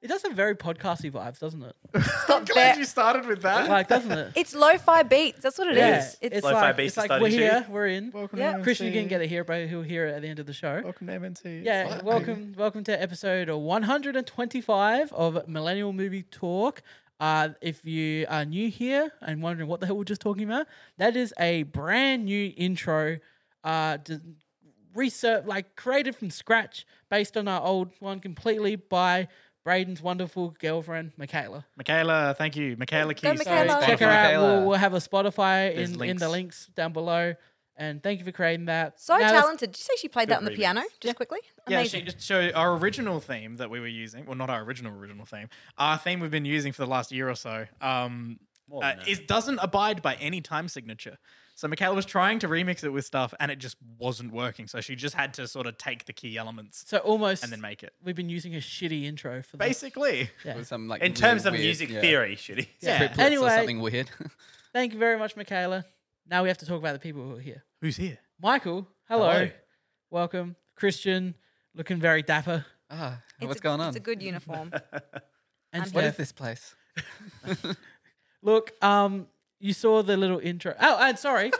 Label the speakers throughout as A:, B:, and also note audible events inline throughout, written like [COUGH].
A: It does have very podcasty vibes, doesn't it?
B: I'm glad you started with that.
A: Like, doesn't
C: [LAUGHS]
A: it?
C: It's lo-fi beats. That's what it is.
A: yeah,
C: It's,
A: it's
C: like,
D: Lo-fi
A: like,
D: beats
A: it's
D: to
A: like
D: study
A: we're
D: to.
A: here, we're in.
B: Welcome
C: Yeah.
B: to
A: Christian, you
B: MNC.
A: can get it here, but he'll hear it at the end of the show.
B: Welcome to MNC.
A: Yeah,
B: What?
A: welcome, welcome to episode 125 of Millennial Movie Talk. Uh, if you are new here and wondering what the hell we're just talking about, that is a brand new intro, uh, d- research like created from scratch, based on our old one completely by Braden's wonderful girlfriend Michaela.
D: Michaela, thank you. Michaela Keys.
A: So
C: Michaela.
A: check her out.
E: Michaela.
A: We'll, we'll have a Spotify
D: There's
A: in, in the
D: links.
A: links down below. And thank you for creating that.
C: so
A: Now that's-
C: talented. Did you say she played that on the
D: remix.
C: piano? Just quickly.
D: Yeah,
C: Amazing.
D: she, so our original theme that we were using, well, not our original original theme, our theme we've been using for the last year or so, um, uh, it doesn't abide by any time signature. So Michaela was trying to remix it with stuff, and it just wasn't working. So she just had to sort of take the key elements
A: So almost.
D: and then make it.
A: We've been using a shitty intro for the
D: Basically,
E: With some, like,
F: In
E: really
F: terms of
E: weird-
F: music
E: yeah,
F: theory, shitty.
A: Yeah. [LAUGHS]
E: triplets
A: Anyway.
E: or something weird. [LAUGHS]
A: Thank you very much, Michaela. Now we have to talk about the people who are here.
D: who's here?
A: Michael, hello.
F: Hello.
A: Welcome. Christian, looking very dapper.
E: ah,
C: It's
E: what's
C: a-
E: going on?
C: It's a good uniform.
A: And
C: I'm
E: What is
A: Steph.
E: this place?
A: Look, um, you saw the little intro. Oh, and sorry,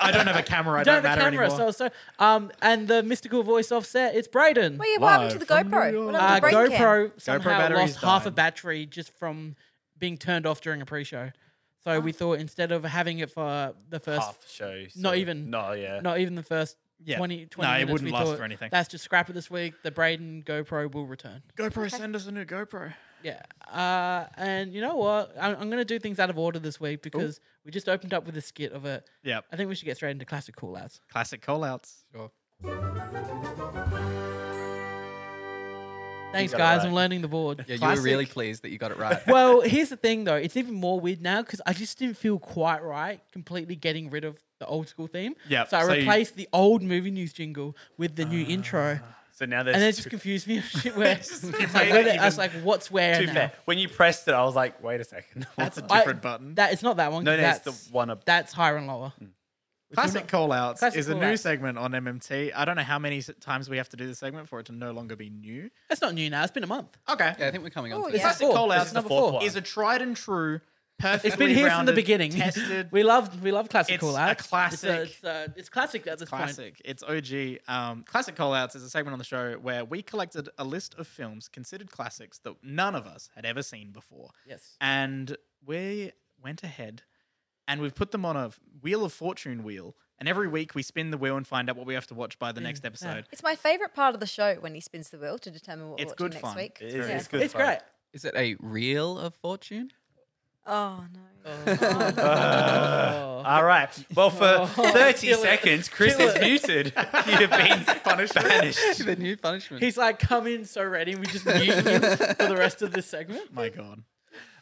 D: I don't have
A: [LAUGHS]
D: a camera. [LAUGHS] I
A: don't have
D: don't,
A: a
D: matter
A: camera. So,
D: anymore.
A: so, um, and the mystical voice offset. It's Braden.
C: well, yeah, what happened to the
D: Live from New
C: GoPro?
D: York.
C: What
A: Uh,
C: happened to the brain cam?
A: GoPro somehow
D: battery's
A: lost half a
D: died.
A: battery just from being turned off during a pre-show. So
C: Oh.
A: we thought instead of having it for the first
F: Half show. so-
A: Not even.
F: No, yeah.
A: Not even the first
D: Yeah.
A: 20, 20
D: No, it
A: minutes.
D: wouldn't
A: we
D: last
A: thought,
D: for anything.
A: That's just scrap it this week. The Braden GoPro will return.
D: GoPro, send us a new GoPro.
A: Yeah. Uh, and you know what? I'm, I'm going to do things out of order this week because we just opened up with a skit of it.
D: Yep.
A: I think we should get straight into classic callouts.
D: Classic callouts.
E: Sure.
A: Thanks,
F: got it
A: guys.
F: right.
A: I'm learning the board.
E: Yeah, you were really
D: Classic.
E: pleased that you got
C: [LAUGHS]
E: it right.
A: well, here's the thing though. It's even more weird now because I just didn't feel quite right completely getting rid of the old school theme.
D: Yep,
A: So I
D: so you- Ah,
A: replaced the old movie news jingle with the new intro.
F: So now there's.
A: And it just confused
D: [LAUGHS]
A: me. Shit, where [LAUGHS] it's
F: You
A: like,
F: made
A: where
F: it
A: the- I was
F: even-
A: like, what's where
F: too
A: now?
F: fair. When you pressed it, I was like, wait a second. [LAUGHS]
D: That's a
A: I-
D: different button.
A: That it's not that one.
F: No,
A: 'cause
F: no, it's
A: that's
F: the one ab-
A: That's higher and lower.
D: Hmm. Classic Callouts
A: Classic
D: is a new
A: callouts.
D: segment on MMT. I don't know how many s- times we have to do this segment for it to no longer be new.
A: That's not new now. It's been a month.
D: Okay.
E: yeah, I think we're coming on
C: Oh,
E: to
C: yeah.
E: this.
D: Classic
A: Four.
D: Callouts
A: This
D: is,
A: is
D: the
A: number
D: four.
A: four.
D: is a tried and true, perfectly
A: It's been here from the
D: rounded,
A: beginning. [LAUGHS]
D: tested,
A: we love we love classic
D: It's
A: call
D: a
A: outs.
D: classic.
A: It's, a, it's, a, it's classic at this point.
D: classic. It's OG. Um, classic Callouts is a segment on the show where we collected a list of films considered classics that none of us had ever seen before.
A: Yes.
D: And we went ahead and we've put them on a Wheel of Fortune wheel. And every week we spin the wheel and find out what we have to watch by the next episode.
C: It's my favorite part of the show when he spins the wheel to determine what
D: It's
C: we're
D: good
C: watching
D: fun.
C: next week.
F: It is,
C: Yeah.
F: It's good.
A: It's
F: fun.
D: [LAUGHS]
A: great.
E: Is it a reel of fortune? [LAUGHS]
C: Oh no.
A: [LAUGHS] Oh.
F: [LAUGHS] All right. Well, for
D: [LAUGHS]
F: 30
A: Kill it.
F: seconds, Chris
A: Kill
F: is
A: it.
F: muted. [LAUGHS] You've been punished. Banished.
E: the new punishment.
A: He's like come in so ready. and We just mute him for the rest of this segment.
D: My God.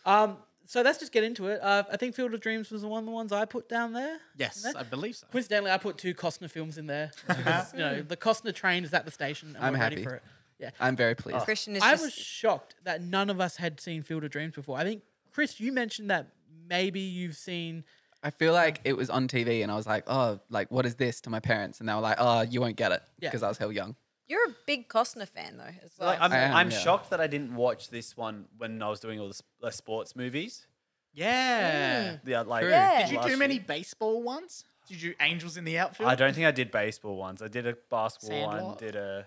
A: Um. So let's just get into it. Uh, I think Field of Dreams was the one of the ones I put down there.
D: Yes,
A: Isn't it?
D: I believe so.
A: Coincidentally, I put two Costner films in
F: [LAUGHS]
A: there.
F: Uh-huh.
A: Because, you know, the Costner train is at the station. And
E: I'm
A: we're ready
E: happy.
A: for it. Yeah.
E: I'm very pleased.
C: Christian is
A: I
C: just
A: was shocked that none of us had seen Field of Dreams before. I think Chris, you mentioned that maybe you've seen.
E: I feel like it was on TV, and I was like, "Oh, like what is this?" to my parents, and they were like, "Oh, you won't get it,"
A: Yeah.
E: because I was hell young.
C: You're a big Costner fan though, as well.
F: Like, I'm,
E: I am,
F: I'm
E: yeah.
F: shocked that I didn't watch this one when I was doing all the, sp- the sports movies.
D: Yeah.
F: Yeah, like
E: True. Yeah.
D: Did you
F: last
D: do many
F: year.
D: baseball ones? Did you Angels in the Outfield?
F: I don't think I did baseball ones. I did a basketball one.
D: Sandlot?
F: Did a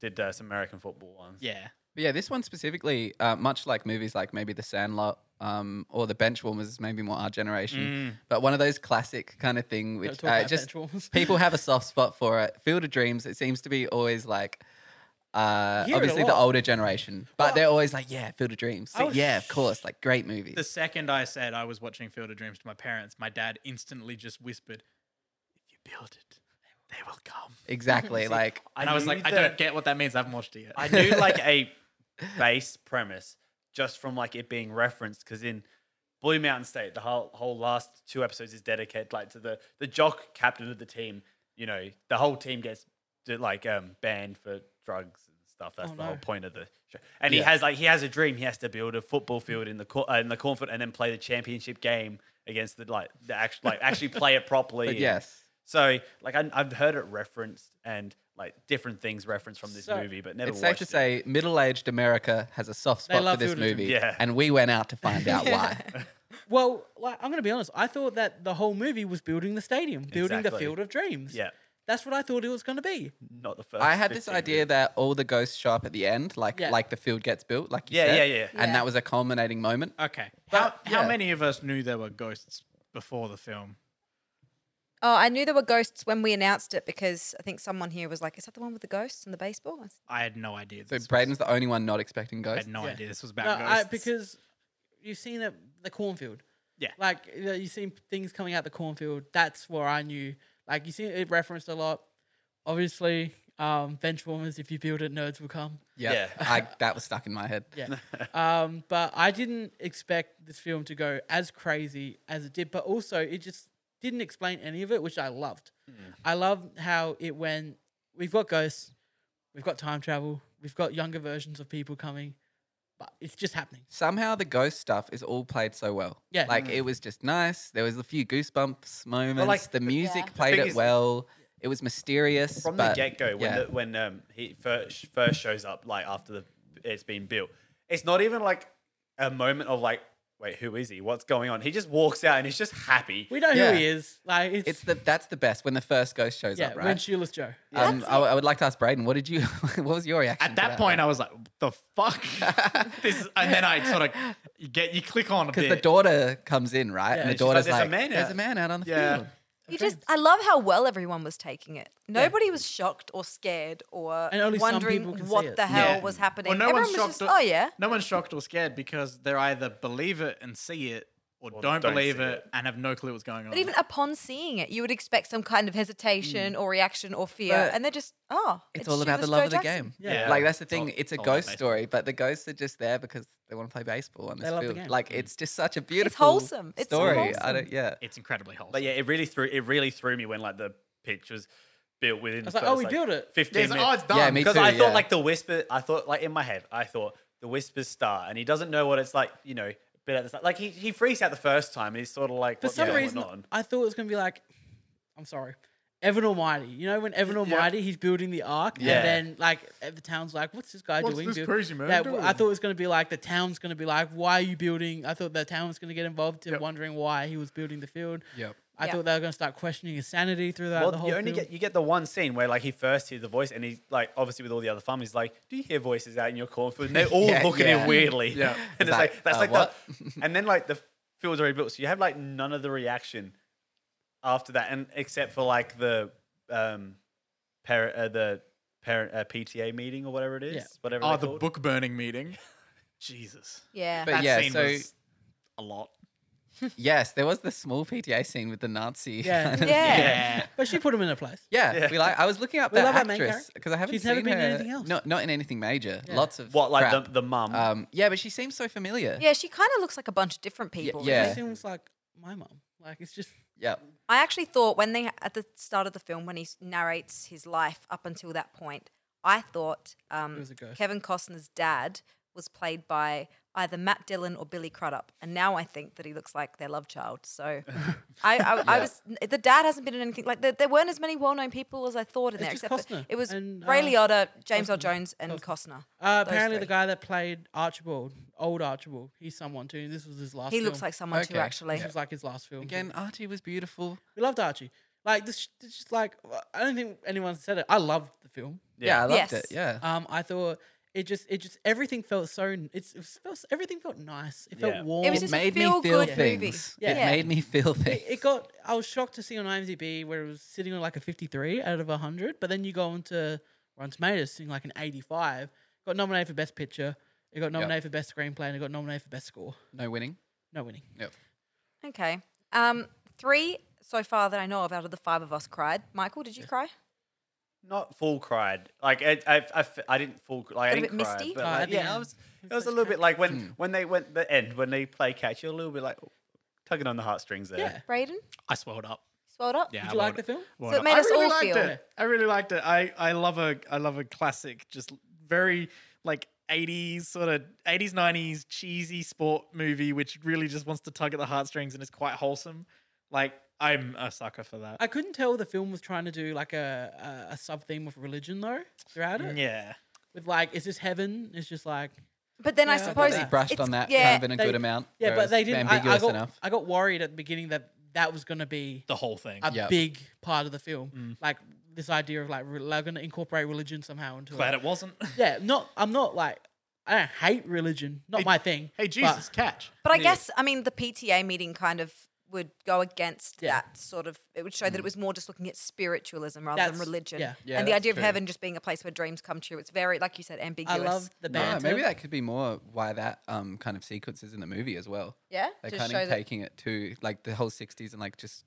F: did uh, some American football ones.
D: Yeah.
E: But yeah, this one specifically, uh, much like movies like maybe The Sandlot um, or The Benchwarmers, maybe more our generation, but one of those classic kind of thing which
A: Mm. talk
E: uh,
A: about
E: just
A: Benchwarmers.
E: [LAUGHS] people have a
A: [LAUGHS]
E: soft spot for it. Field of Dreams, it seems to be always like. Uh,
A: hear it a
E: obviously, the
A: lot.
E: older generation, but they're always like, "Yeah, Field of Dreams." Like,
A: was
E: yeah, of course, like great movie.
A: [LAUGHS]
D: The second I said I was watching Field of Dreams to my parents, my dad instantly just whispered, "If you build it, they will come."
E: Exactly, like
D: And I, was
F: knew
D: like, "I
F: that-
D: don't get what that means. I haven't watched it yet."
F: I knew like a base premise just from like it being referenced because in Blue Mountain State, the whole whole last two episodes is dedicated like to the the jock captain of the team. You know, the whole team gets d- like um banned for drugs and stuff. That's
A: Oh,
F: the
A: no.
F: whole point of the show. And he
E: Yeah.
F: has like he has a dream. He has to build a football field in the cor- uh, in the cornfield and then play the championship game against the like the actual like actually play it properly.
E: But
F: and-
E: yes,
F: so, like, I, I've heard it referenced, and like different things referenced from this
A: So,
F: movie, but never
E: it's safe
F: watched
E: to
F: it.
E: say middle-aged America has a soft spot for
A: love
E: this
A: Field of Dreams.
E: movie,
F: Yeah.
E: and we went out
A: [LAUGHS]
E: to find out why.
A: Well, like, I'm going to be honest. I thought that the whole movie was building the stadium, building the
F: Exactly.
A: field of dreams.
F: Yeah,
A: That's what I thought it was going to be.
F: not the first.
E: I had this
F: 15
E: idea
F: minutes.
E: that all the ghosts show up at the end, like
A: Yeah.
E: like the field gets built, like you
F: Yeah,
E: said,
F: yeah, yeah.
E: and
C: Yeah.
E: that was a culminating moment.
D: Okay.
E: But-
D: how,
E: yeah.
D: how many of us knew there were ghosts before the film?
C: Oh, I knew there were ghosts when we announced it because I think someone here was like, "Is that the one with the ghosts and the baseball?" I s-
D: I had no idea.
E: So
D: This was-
E: Braden's the only one not expecting
D: I
E: ghosts.
D: had no
A: Yeah.
D: idea this was
A: No,
D: about
A: I,
D: ghosts.
A: because you've seen it, the cornfield.
D: Yeah.
A: Like you know, you've seen things coming out the cornfield. That's where I knew. Like you see it referenced a lot. Obviously, um, Benchwarmers. If you build it, nerds will come.
E: Yeah,
F: Yeah.
E: I, that was stuck in my head.
A: Yeah. um, but I didn't expect this film to go as crazy as it did, but also it just didn't explain any of it, which I loved. I love how it went we've got ghosts, we've got time travel, we've got younger versions of people coming, but it's just happening.
E: Somehow the ghost stuff is all played so well.
A: Yeah.
E: like it was just nice. There was a few goosebumps moments.
F: Mm. like,
E: the music
C: Yeah.
E: played
F: thing
E: it
F: is-
E: well. It was mysterious
F: from
E: but-
F: the get go when
E: yeah.
F: the, when um, he first first shows up, like after the it's been built, it's not even like a moment of like, wait, who is he? What's going on? He just walks out and he's just happy.
A: We know
E: Yeah.
A: who he is. Like it's,
E: It's the that's the best when the first ghost shows
A: yeah,
E: up,
A: when
E: right?
A: Shoeless Joe.
E: um, I, I would like to ask Braden, what did you? [LAUGHS] what was your reaction?
D: At
E: to
D: that point, I was like, "The [LAUGHS] fuck!" this, is- and then I sort of you get you click [LAUGHS] on a
E: because
D: bit.
E: the daughter comes in, right? and the
F: she's like,
E: daughter's
F: "There's a
E: like,
F: man
E: "There's
F: out."
E: a man out on the
D: Yeah.
E: field."
C: You just, I love how well everyone was taking it. Nobody was shocked or scared or
A: And only some
C: wondering
A: people can see
C: what
A: it.
C: the hell
D: Yeah.
C: was happening.
D: Well, no
C: Everyone
D: one's
C: was
D: shocked.
C: just,
D: or-
C: "Oh yeah."
D: No one's shocked or scared because they're either believe it and see it, or, don't,
F: don't
D: believe
F: see
D: it,
F: it.
D: and have no clue what's going on.
C: But even upon seeing it, you would expect some kind of hesitation or reaction or fear,
E: Mm. But
C: and they're just, "Oh,
E: It's, all about the
C: Shoeless
E: love
C: Joe
E: of the
C: Jackson."
E: game.
A: Yeah.
E: Like that's the thing.
D: all-
E: It's a
D: it's all about
E: ghost
D: baseball.
E: story, but the ghosts are just there because they want to play baseball on this
A: love the
E: field.
A: game. Mm.
E: Like it's just such a beautiful,
C: wholesome. It's so
E: story. I
C: wholesome.
E: don't. Yeah.
D: it's incredibly wholesome.
F: But yeah, it really threw it really threw me when like the pitch was built within.
A: was
F: the
A: like, oh,
F: first,
A: we built it.
D: Yeah,
F: Fifteen
D: it's like,
F: minutes.
D: oh, it's done.
E: Yeah, me
F: because
E: too,
F: I thought
E: yeah.
F: like the whisper. I thought like in my head, I thought the whisper's star, and he doesn't know what it's like. You know, bit at the start. Like he, he freaks out the first time. And he's sort of like
A: For
F: what's
A: some
F: going
A: reason,
F: on?
A: I thought it was going to be like, I'm sorry, Evan Almighty. You know, when Evan Almighty, he's building the ark,
F: Yeah.
A: and then like the town's like, "What's this guy
D: What's
A: doing?"
D: this
A: dude?"
D: crazy man
A: Yeah,
D: doing?
A: I thought it was going to be like the town's going to be like, "Why are you building?" I thought the town was going to get involved to wondering why he was building the field.
E: Yep.
A: I
C: Yeah.
A: thought they were going to start questioning his sanity through that.
F: Well,
A: the whole
F: you only
A: film.
F: get you get the one scene where like he first hears the voice, and he's like, obviously with all the other farmers, he's like, "Do you hear voices out in your cornfield?" And they're all
E: Yeah,
F: looking at
E: yeah.
F: him weirdly.
E: Yeah.
F: [LAUGHS] and it's
E: It's like,
F: like, that's
E: uh,
F: like
E: what?
F: the, [LAUGHS] and then like the field's already built, so you have like none of the reaction after that, and except for like the um parent uh, the parent uh, PTA meeting or whatever it is,
A: Yeah.
F: whatever.
D: oh,
F: they're
D: the
F: called.
D: book burning meeting. [LAUGHS] Jesus,
C: Yeah,
E: But
D: that
E: yeah,
D: scene
E: so
D: was a lot.
E: yes, there was the small PTA scene with the Nazi.
A: Yeah.
E: [LAUGHS] kind of-
C: Yeah.
A: but she put him in a place.
E: Yeah, we like. I was looking up
A: We
E: that
A: love our main
E: actress
A: character.
E: because I haven't
A: She's
E: seen
A: never been in
E: her-
A: anything else.
E: No, not in anything major.
A: Yeah.
E: Lots of
F: What like
E: crap.
F: the the mum?
E: Um, yeah, but she seems so familiar.
C: yeah. She kind of looks like a bunch of different people.
E: yeah.
C: really.
A: She seems like my mom. Like it's just
E: Yep.
C: I actually thought when they at the start of the film when he s- narrates his life up until that point, I thought um,
A: was a ghost.
C: Kevin Costner's dad was played by either Matt Dillon or Billy Crudup, and now I think that he looks like their love child.
A: [LAUGHS]
C: So I, I, I was the dad hasn't been in anything like there, there weren't as many well known people as I thought in there.
A: just
C: except
A: Costner
C: that it was
A: and, uh,
C: Ray Liotta, James Earl
A: Costner.
C: Jones, and Costner.
A: uh,
C: Those
A: apparently the
C: three.
A: guy that played Archibald, old Archibald, he's someone too. This was his last.
C: He looks
A: film.
C: like someone too,
E: Okay.
C: actually.
A: This was like his last film.
E: Again, Archie was beautiful.
A: We loved Archie. Like this, it's just like I don't think anyone said it. I loved the
C: [LAUGHS]
A: film.
E: Yeah, I loved
C: Yes.
E: it. Yeah.
A: Um, I thought it just, it just everything felt so. It's it felt everything felt nice. It felt
F: Yeah. It was
A: warm.
C: It was
E: it
C: just
E: made me
C: feel
E: feel
C: good movie.
E: things.
A: Yeah.
E: It
A: Yeah.
E: made me feel things.
A: it got. I was shocked to see on IMDb where it was sitting on like a 53 out of 100, but then you go on to Rotten Tomatoes, seeing like an 85. Got nominated for Best Picture. It got nominated for Best Screenplay. and It got nominated for Best Score.
E: no winning.
A: No winning.
E: Yep.
C: Okay, um, three so far that I know of out of the five of us cried. Michael, did you cry?
F: not full cried. Like I, I, I, f- I didn't full like I
C: Little
F: didn't
C: bit
F: cry,
C: misty?
F: but
A: Oh,
F: like,
A: at the
F: yeah, I
A: end.
F: was. It was a little bit like when when they went the end when they play catch. You're a little bit like "Oh, tugging on the heartstrings there.
A: Yeah.
C: Braden,
D: I swelled up.
C: swelled up.
D: Yeah,
A: Did
D: I
A: you like
D: welled
A: the
D: up.
A: film?
D: Well,
C: So it made
D: I
C: us
D: really
C: all
D: liked
C: feel-
D: It. I really liked it. I, I love a I love a classic, just very like eighties sort of eighties nineties cheesy sport movie, which really just wants to tug at the heartstrings and is quite wholesome. Like I'm a sucker for that.
A: I couldn't tell the film was trying to do like a a, a sub theme of religion though throughout it.
D: yeah.
A: With like, is this heaven? It's just like
C: But then
A: Yeah, I
C: I suppose
A: thought
E: They
A: it's-
E: brushed on that
C: yeah,
E: kind of in a
A: they-
E: good amount.
A: yeah, but
E: whereas
A: they didn't. I, I
E: ambiguous
A: got
E: enough.
A: I got worried at the beginning that that was going to be
D: The whole thing.
A: a
E: Yep.
A: big part of the film, like this idea of like re- like going to incorporate religion somehow into
D: Glad
A: it.
D: it wasn't.
A: Yeah, not I'm not like I don't hate religion, not
D: Hey-
A: my thing.
D: hey,
A: but-
D: Jesus, catch.
C: But I guess I mean the PTA meeting kind of would go against
A: Yeah.
C: that sort of. It would show that it was more just looking at spiritualism rather
A: That's-
C: than religion.
A: yeah.
E: Mm. Yeah,
C: and the
E: that's
C: idea
E: true.
C: of heaven just being a place where dreams come true. It's very, like you said,
A: I
C: ambiguous.
A: love the
E: No,
A: band.
E: maybe that could be more why that um, kind of sequence is in the movie as well.
C: Yeah,
E: They're
C: just
E: kind
C: show
E: of
C: that.
E: taking it to like the whole 60s and like just.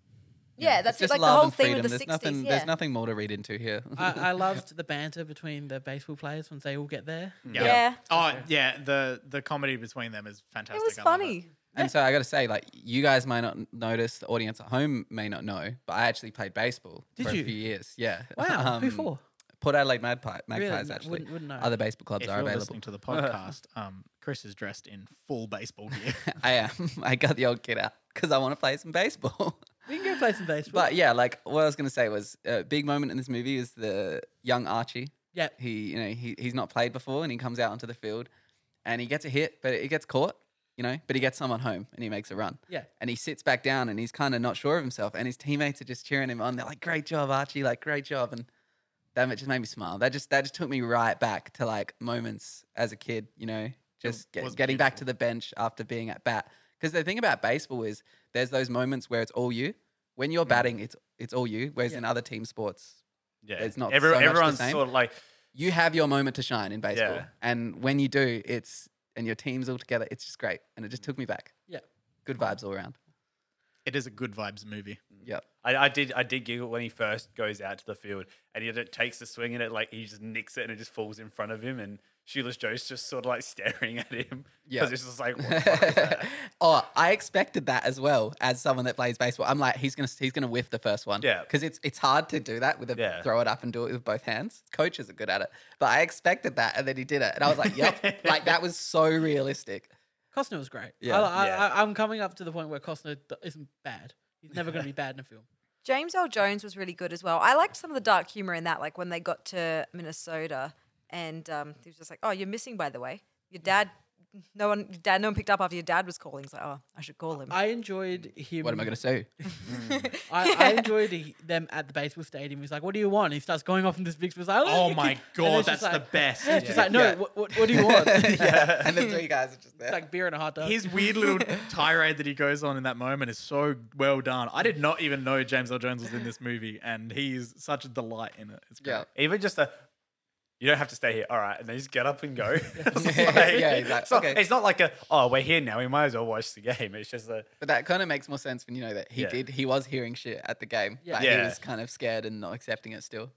C: Yeah,
E: it's
C: that's it,
E: just
C: like the
E: love
C: whole
E: and
C: theme
E: freedom.
C: of the
E: There's nothing,
C: 60s.
E: There's
C: yeah.
E: nothing more to read into here.
A: I, I loved the banter between the baseball players once they all get there.
C: yeah.
D: Oh yeah, the the comedy between them is fantastic.
C: it was
D: I love
C: funny.
E: [LAUGHS] And so I got to say, like, you guys might not notice, the audience at home may not know, but I actually played baseball
A: Did
E: for
A: you?
E: a few years. Yeah. Um,
A: Wow,
E: [LAUGHS]
A: who for?
E: Port Adelaide Magpie, Magpies,
A: no,
E: actually.
A: wouldn't- wouldn't know.
E: Other baseball clubs
D: If
E: are
D: you're
E: available.
D: listening to the podcast, um, Chris is dressed in full baseball gear.
E: I am. [LAUGHS] I got the old kid out because I want to play some baseball. [LAUGHS]
A: We can go play some baseball.
E: but yeah, like, what I was going to say was a big moment in this movie is the young Archie.
A: Yep.
E: He, you know, he, he's not played before and he comes out onto the field and he gets a hit, but it gets caught, you know, but he gets someone home and he makes a run.
A: Yeah.
E: And he sits back down and he's kind of not sure of himself and his teammates are just cheering him on. They're like, great job, Archie, like, great job. And that ma- just made me smile. That just, that just took me right back to like moments as a kid, you know, just get,
D: was
E: getting back to the bench after being at bat. Because the thing about baseball is there's those moments where it's all you. When you're batting, it's it's all you. Whereas in other team sports,
F: Yeah,
E: It's not
F: Every,
E: so much the
F: everyone's
E: same.
F: sort of like
E: you have your moment to shine in baseball.
F: Yeah.
E: And when you do, it's and your team's all together, it's just great. And it just took me back.
A: yeah.
E: Good vibes all around.
D: it is a good vibes movie.
F: [LAUGHS]
E: Yep.
F: I, I did I did giggle when he first goes out to the field and he just takes the swing and it like he just nicks it and it just falls in front of him and Shoeless Joe's just sort of like staring at him
E: Yeah.
F: because it's just like what the fuck was
E: [LAUGHS]
F: that?
E: oh, I expected that as well as someone that plays baseball. I'm like, he's gonna he's gonna whiff the first one.
F: Yeah.
E: Because it's it's hard to do that with a
F: Yeah.
E: throw it up and do it with both hands. Coaches are good at it. But I expected that and then he did it. And I was like,
F: [LAUGHS]
E: yep. like that was so realistic.
A: Costner was great.
E: Yeah.
A: I, I,
F: Yeah.
A: I, I'm coming up to the point where Costner th- isn't bad. He's never going to be bad in a
E: [LAUGHS]
A: film.
C: James L. Jones was really good as well. I liked some of the dark humor in that, like when they got to Minnesota and um, he was just like, "Oh, you're missing, by the way. Your dad, no one, your dad, no one picked up after your dad was calling. He's like, oh, I should call him.
A: I enjoyed him.
E: What am I gonna say?
A: I,
E: [LAUGHS]
A: I enjoyed he- them at the baseball stadium. He's like, "What do you want?" And he starts going off in this big. Was like,
D: Oh
A: [LAUGHS]
D: my
A: And
D: God,
A: it's
D: that's
A: just [LAUGHS]
D: the
A: like-
D: best.
A: Yeah, it's just like, no,
E: Yeah.
A: what, what, what do you
E: [LAUGHS]
A: want? It's
F: [LAUGHS]
E: and the three guys are just there.
A: like beer and a hot dog.
D: [LAUGHS] His weird little tirade that he goes on in that moment is so well done. I did not even know James L. Jones was in this movie, and he's such a delight in it. It's great.
E: yeah.
F: Even just a you don't have to stay here. All right, and they just get up and go. [LAUGHS] it's, like,
E: [LAUGHS] Yeah, he's like,
F: it's not,
E: "Okay."
F: it's not like a oh we're here now. We might as well watch the game. It's just a
E: But that kind of makes more sense when you know that he
F: Yeah.
E: did. He was hearing shit at the game. Yeah.
F: Yeah.
E: He was kind of scared and not accepting it still.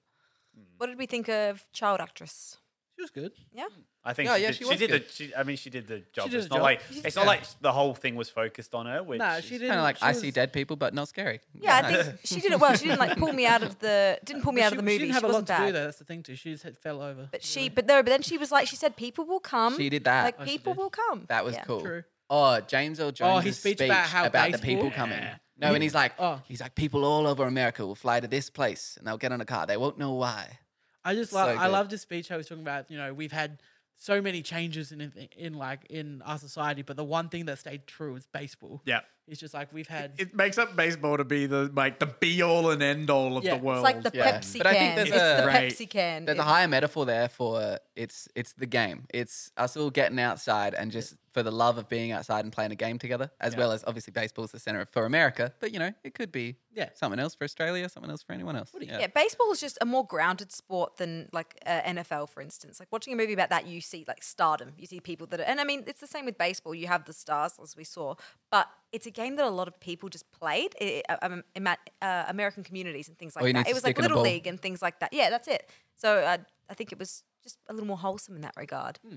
C: what did we think of child actress?
A: She was good.
C: Yeah,
F: I think
E: No,
F: she
E: yeah,
F: did,
E: she
F: she
E: was
F: did
E: good.
F: the. She, I mean, she did the job.
A: did
F: it's
A: the
F: not
A: job.
F: like it's not like the whole thing was focused on her. Which
A: Nah,
F: is-
A: she didn't.
E: Kind of like
A: she
E: I
A: was-
E: see dead people, but not scary.
C: yeah. I
E: Nice.
C: think she did it well. She didn't like pull me out of the didn't pull me
A: but
C: out of the movie.
A: She didn't have a lot
C: wasn't
A: to
C: bad.
A: do though. That's the thing too. She just had- fell over.
C: But she, but no, but then she was like, she said, people will come.
E: She did that.
C: Like,
E: Oh,
A: she
C: people
A: did.
C: will come.
E: [LAUGHS] that was
C: Yeah.
E: cool.
A: True.
E: Oh, James L. Jones'
A: his
E: speech,
A: speech
E: about,
A: about how
E: the
A: baseball-
E: people coming. No, and he's like,
A: Oh.
E: he's like, people all over America will fly to this place and they'll get on a car. They won't know why.
A: I just love.
E: So
A: I
E: good.
A: loved his speech. I was talking about. You know, we've had so many changes in in like in our society, but the one thing that stayed true is baseball.
D: Yeah.
A: It's just like we've had.
D: It makes up baseball to be the like the be all and end all of
A: Yeah,
D: the
A: it's
D: world.
C: It's like the
E: Yeah.
C: Pepsi
E: But I think
C: can.
E: there's
C: it's the
E: a-
D: Right.
C: Pepsi can.
E: There's a
C: It-
E: higher metaphor there for uh, it's it's the game. It's us all getting outside and just for the love of being outside and playing a game together, as well as obviously baseball's the center for America. But you know, it could be
A: Yeah.
E: someone else for Australia, someone else for anyone else. Yeah.
C: yeah, baseball is just a more grounded sport than like uh, NFL, for instance. Like watching a movie about that, you see like stardom. You see people that, are, and I mean, it's the same with baseball. You have the stars, as we saw, but it's a game that a lot of people just played. It, it- um, ima- uh, American communities and things like
E: All Oh, you need
C: that.
E: to
C: It was like
E: stick in a
C: Little
E: ball.
C: League and things like that. Yeah, that's it. So uh, I think it was just a little more wholesome in that regard.
E: Hmm.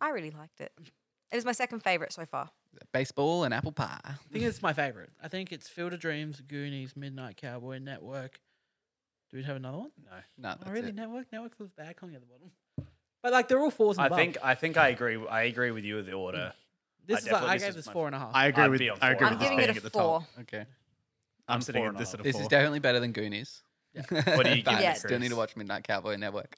C: I really liked it. It was my second favorite so far.
E: Baseball and apple pie.
A: I think it's my favorite. I think it's Field of Dreams, Goonies, Midnight Cowboy, Network. Do we have another one?
E: No,
A: Oh,
E: that's
A: really?
E: it.
A: Network? Network was bad. Calling at the bottom. But like they're all fours and
F: I
A: above.
F: think I think I agree. I agree with you with the order.
A: this
F: I
A: is like,
F: definitely-
A: I
F: this
A: gave
F: is
A: this
F: my-
A: four and a half.
D: I agree
F: I'd
D: with
F: be on
D: I agree
F: four.
C: I'm
D: with this
C: giving
D: being
C: it a
D: at the top.
C: four.
E: Okay.
D: I'm
F: I'm
D: sitting
F: four
D: at
F: and a
D: this at
F: half.
D: a
E: This
D: four.
E: is definitely better than Goonies. [LAUGHS]
F: What do you give
E: But
F: it,
E: I
C: Yeah.
E: Still need
F: Chris?
E: to watch Midnight Cowboy Network.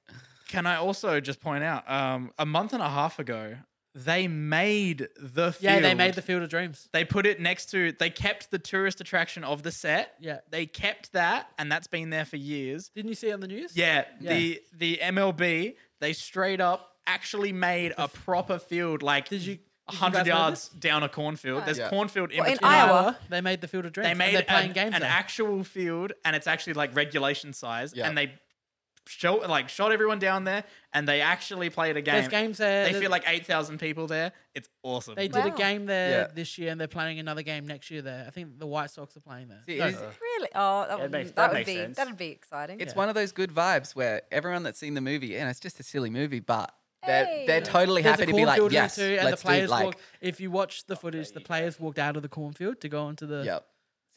D: Can I also just point out, um, a month and a half ago, they made the field.
A: Yeah, they made the Field of Dreams.
D: They put it next to. They kept the tourist attraction of the set.
A: Yeah.
D: They kept that, and that's been there for years.
A: Didn't you see it on the news?
D: Yeah.
A: Yeah.
D: The the MLB. They straight up actually made a proper field, like
A: Did you- did you guys
D: hundred
A: know
D: yards down a cornfield. There's
E: Yeah.
D: cornfield in
C: Well, in
D: between.
A: In Iowa,
C: Iowa.
A: they made the Field of Dreams.
D: They
A: and
D: made
A: they're playing
D: an,
A: games
D: an
A: there.
D: actual field, and it's actually like regulation size,
E: Yeah.
D: and they show like shot everyone down there, and they actually played a game.
A: There's games there.
D: They
A: there's-
D: feel like eight thousand people there. It's awesome.
A: They did a
C: Wow.
A: game there
E: Yeah.
A: this year, and they're playing another game next year there. I think the White Sox are playing there.
E: See,
A: No,
E: it is-
C: Really? Oh, that,
F: Yeah, it
C: would,
F: makes-
C: that,
F: that
C: would
F: makes
C: be
F: sense.
C: that would be exciting.
E: It's
A: Yeah.
E: one of those good vibes where everyone that's seen the movie, and it's just a silly movie, but they're,
C: Hey.
E: they're totally
A: there's a
E: happy to be like,
A: cornfield here
E: yes,
A: too, and
E: let's
A: the players
E: do like,
A: walk, if you watch the footage, the players walked out of the cornfield to go onto the.
E: yep.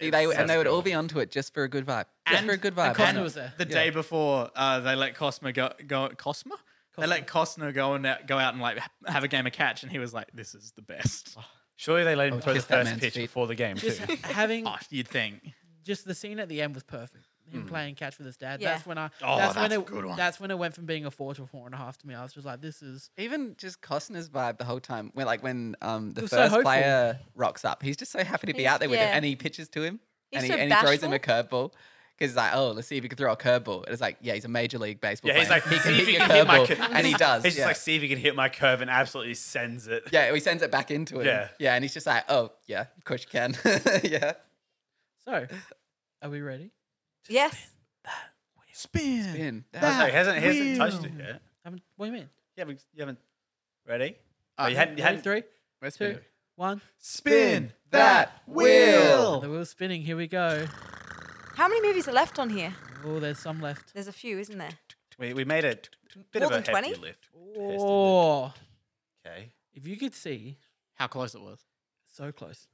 E: See,
F: It's-
E: they
F: that's
E: and they would
F: cool.
E: all be onto it just for a good vibe, just for a good vibe.
A: Costner
E: why not?
A: was there.
D: The
E: Yeah.
D: day before, uh, they let Cosma go. go Cosma? They let Costner go and out, go out and like ha- have a game of catch, and he was like, "This is the best." [LAUGHS]
F: Surely they let him throw the
E: Oh, kiss that
F: first
E: man's
F: pitch
E: feet.
F: before the game too.
A: Just [LAUGHS] having
D: Oh, you'd think.
A: just the scene at the end was perfect.
E: Mm.
A: Him playing catch with his dad.
C: Yeah.
A: That's when I.
D: Oh,
A: that's, when
D: that's a
A: it.
D: good one.
A: That's when it went from being a four to a four and a half to me. I was just like, this is.
E: Even just Costner's vibe the whole time, when like when um the
A: was so
E: first
A: hopeful.
E: player rocks up, he's just so happy to be
C: He's-
E: out there with
C: yeah.
E: him, and he pitches to him,
C: He's
E: and, he,
C: so
E: and he throws him a
C: bashful.
E: curveball because he's like, oh, let's see if he can throw a curveball. And it's like, yeah, he's a major league baseball.
F: Yeah, he's
E: player.
F: like,
E: he can
F: see if
E: hit
F: he
E: your
F: can hit my
E: curveball,
F: cur- [LAUGHS]
E: and he does.
F: He's
E: yeah.
F: just like, see if he can hit my curve and absolutely sends it.
E: yeah, he sends it back into him.
F: Yeah.
E: yeah, and he's just like, oh, yeah, of course you can. [LAUGHS] yeah,
A: So, are we ready?
C: yes.
D: Spin.
E: Spin. That
F: I
E: was-
F: was like, he hasn't, he hasn't touched it yet.
A: Haven't- What do you mean?
F: You haven't, you haven't. Ready? Oh, you hadn't. You
A: Ready?
F: hadn't.
A: Three,
E: we're
A: two,
E: spinning.
A: one.
D: Spin
E: that
D: Oh.
E: wheel.
A: The wheel's spinning. Here we go.
C: How many movies are left on here?
A: Oh, there's some left.
C: There's a few, isn't there?
F: We, we made a t- t- bit
C: More
F: of a
C: than
F: hefty
C: 20?
F: lift. Hefty lift.
A: Oh,
F: Okay.
A: if you could see,
D: How close it was.
A: so close.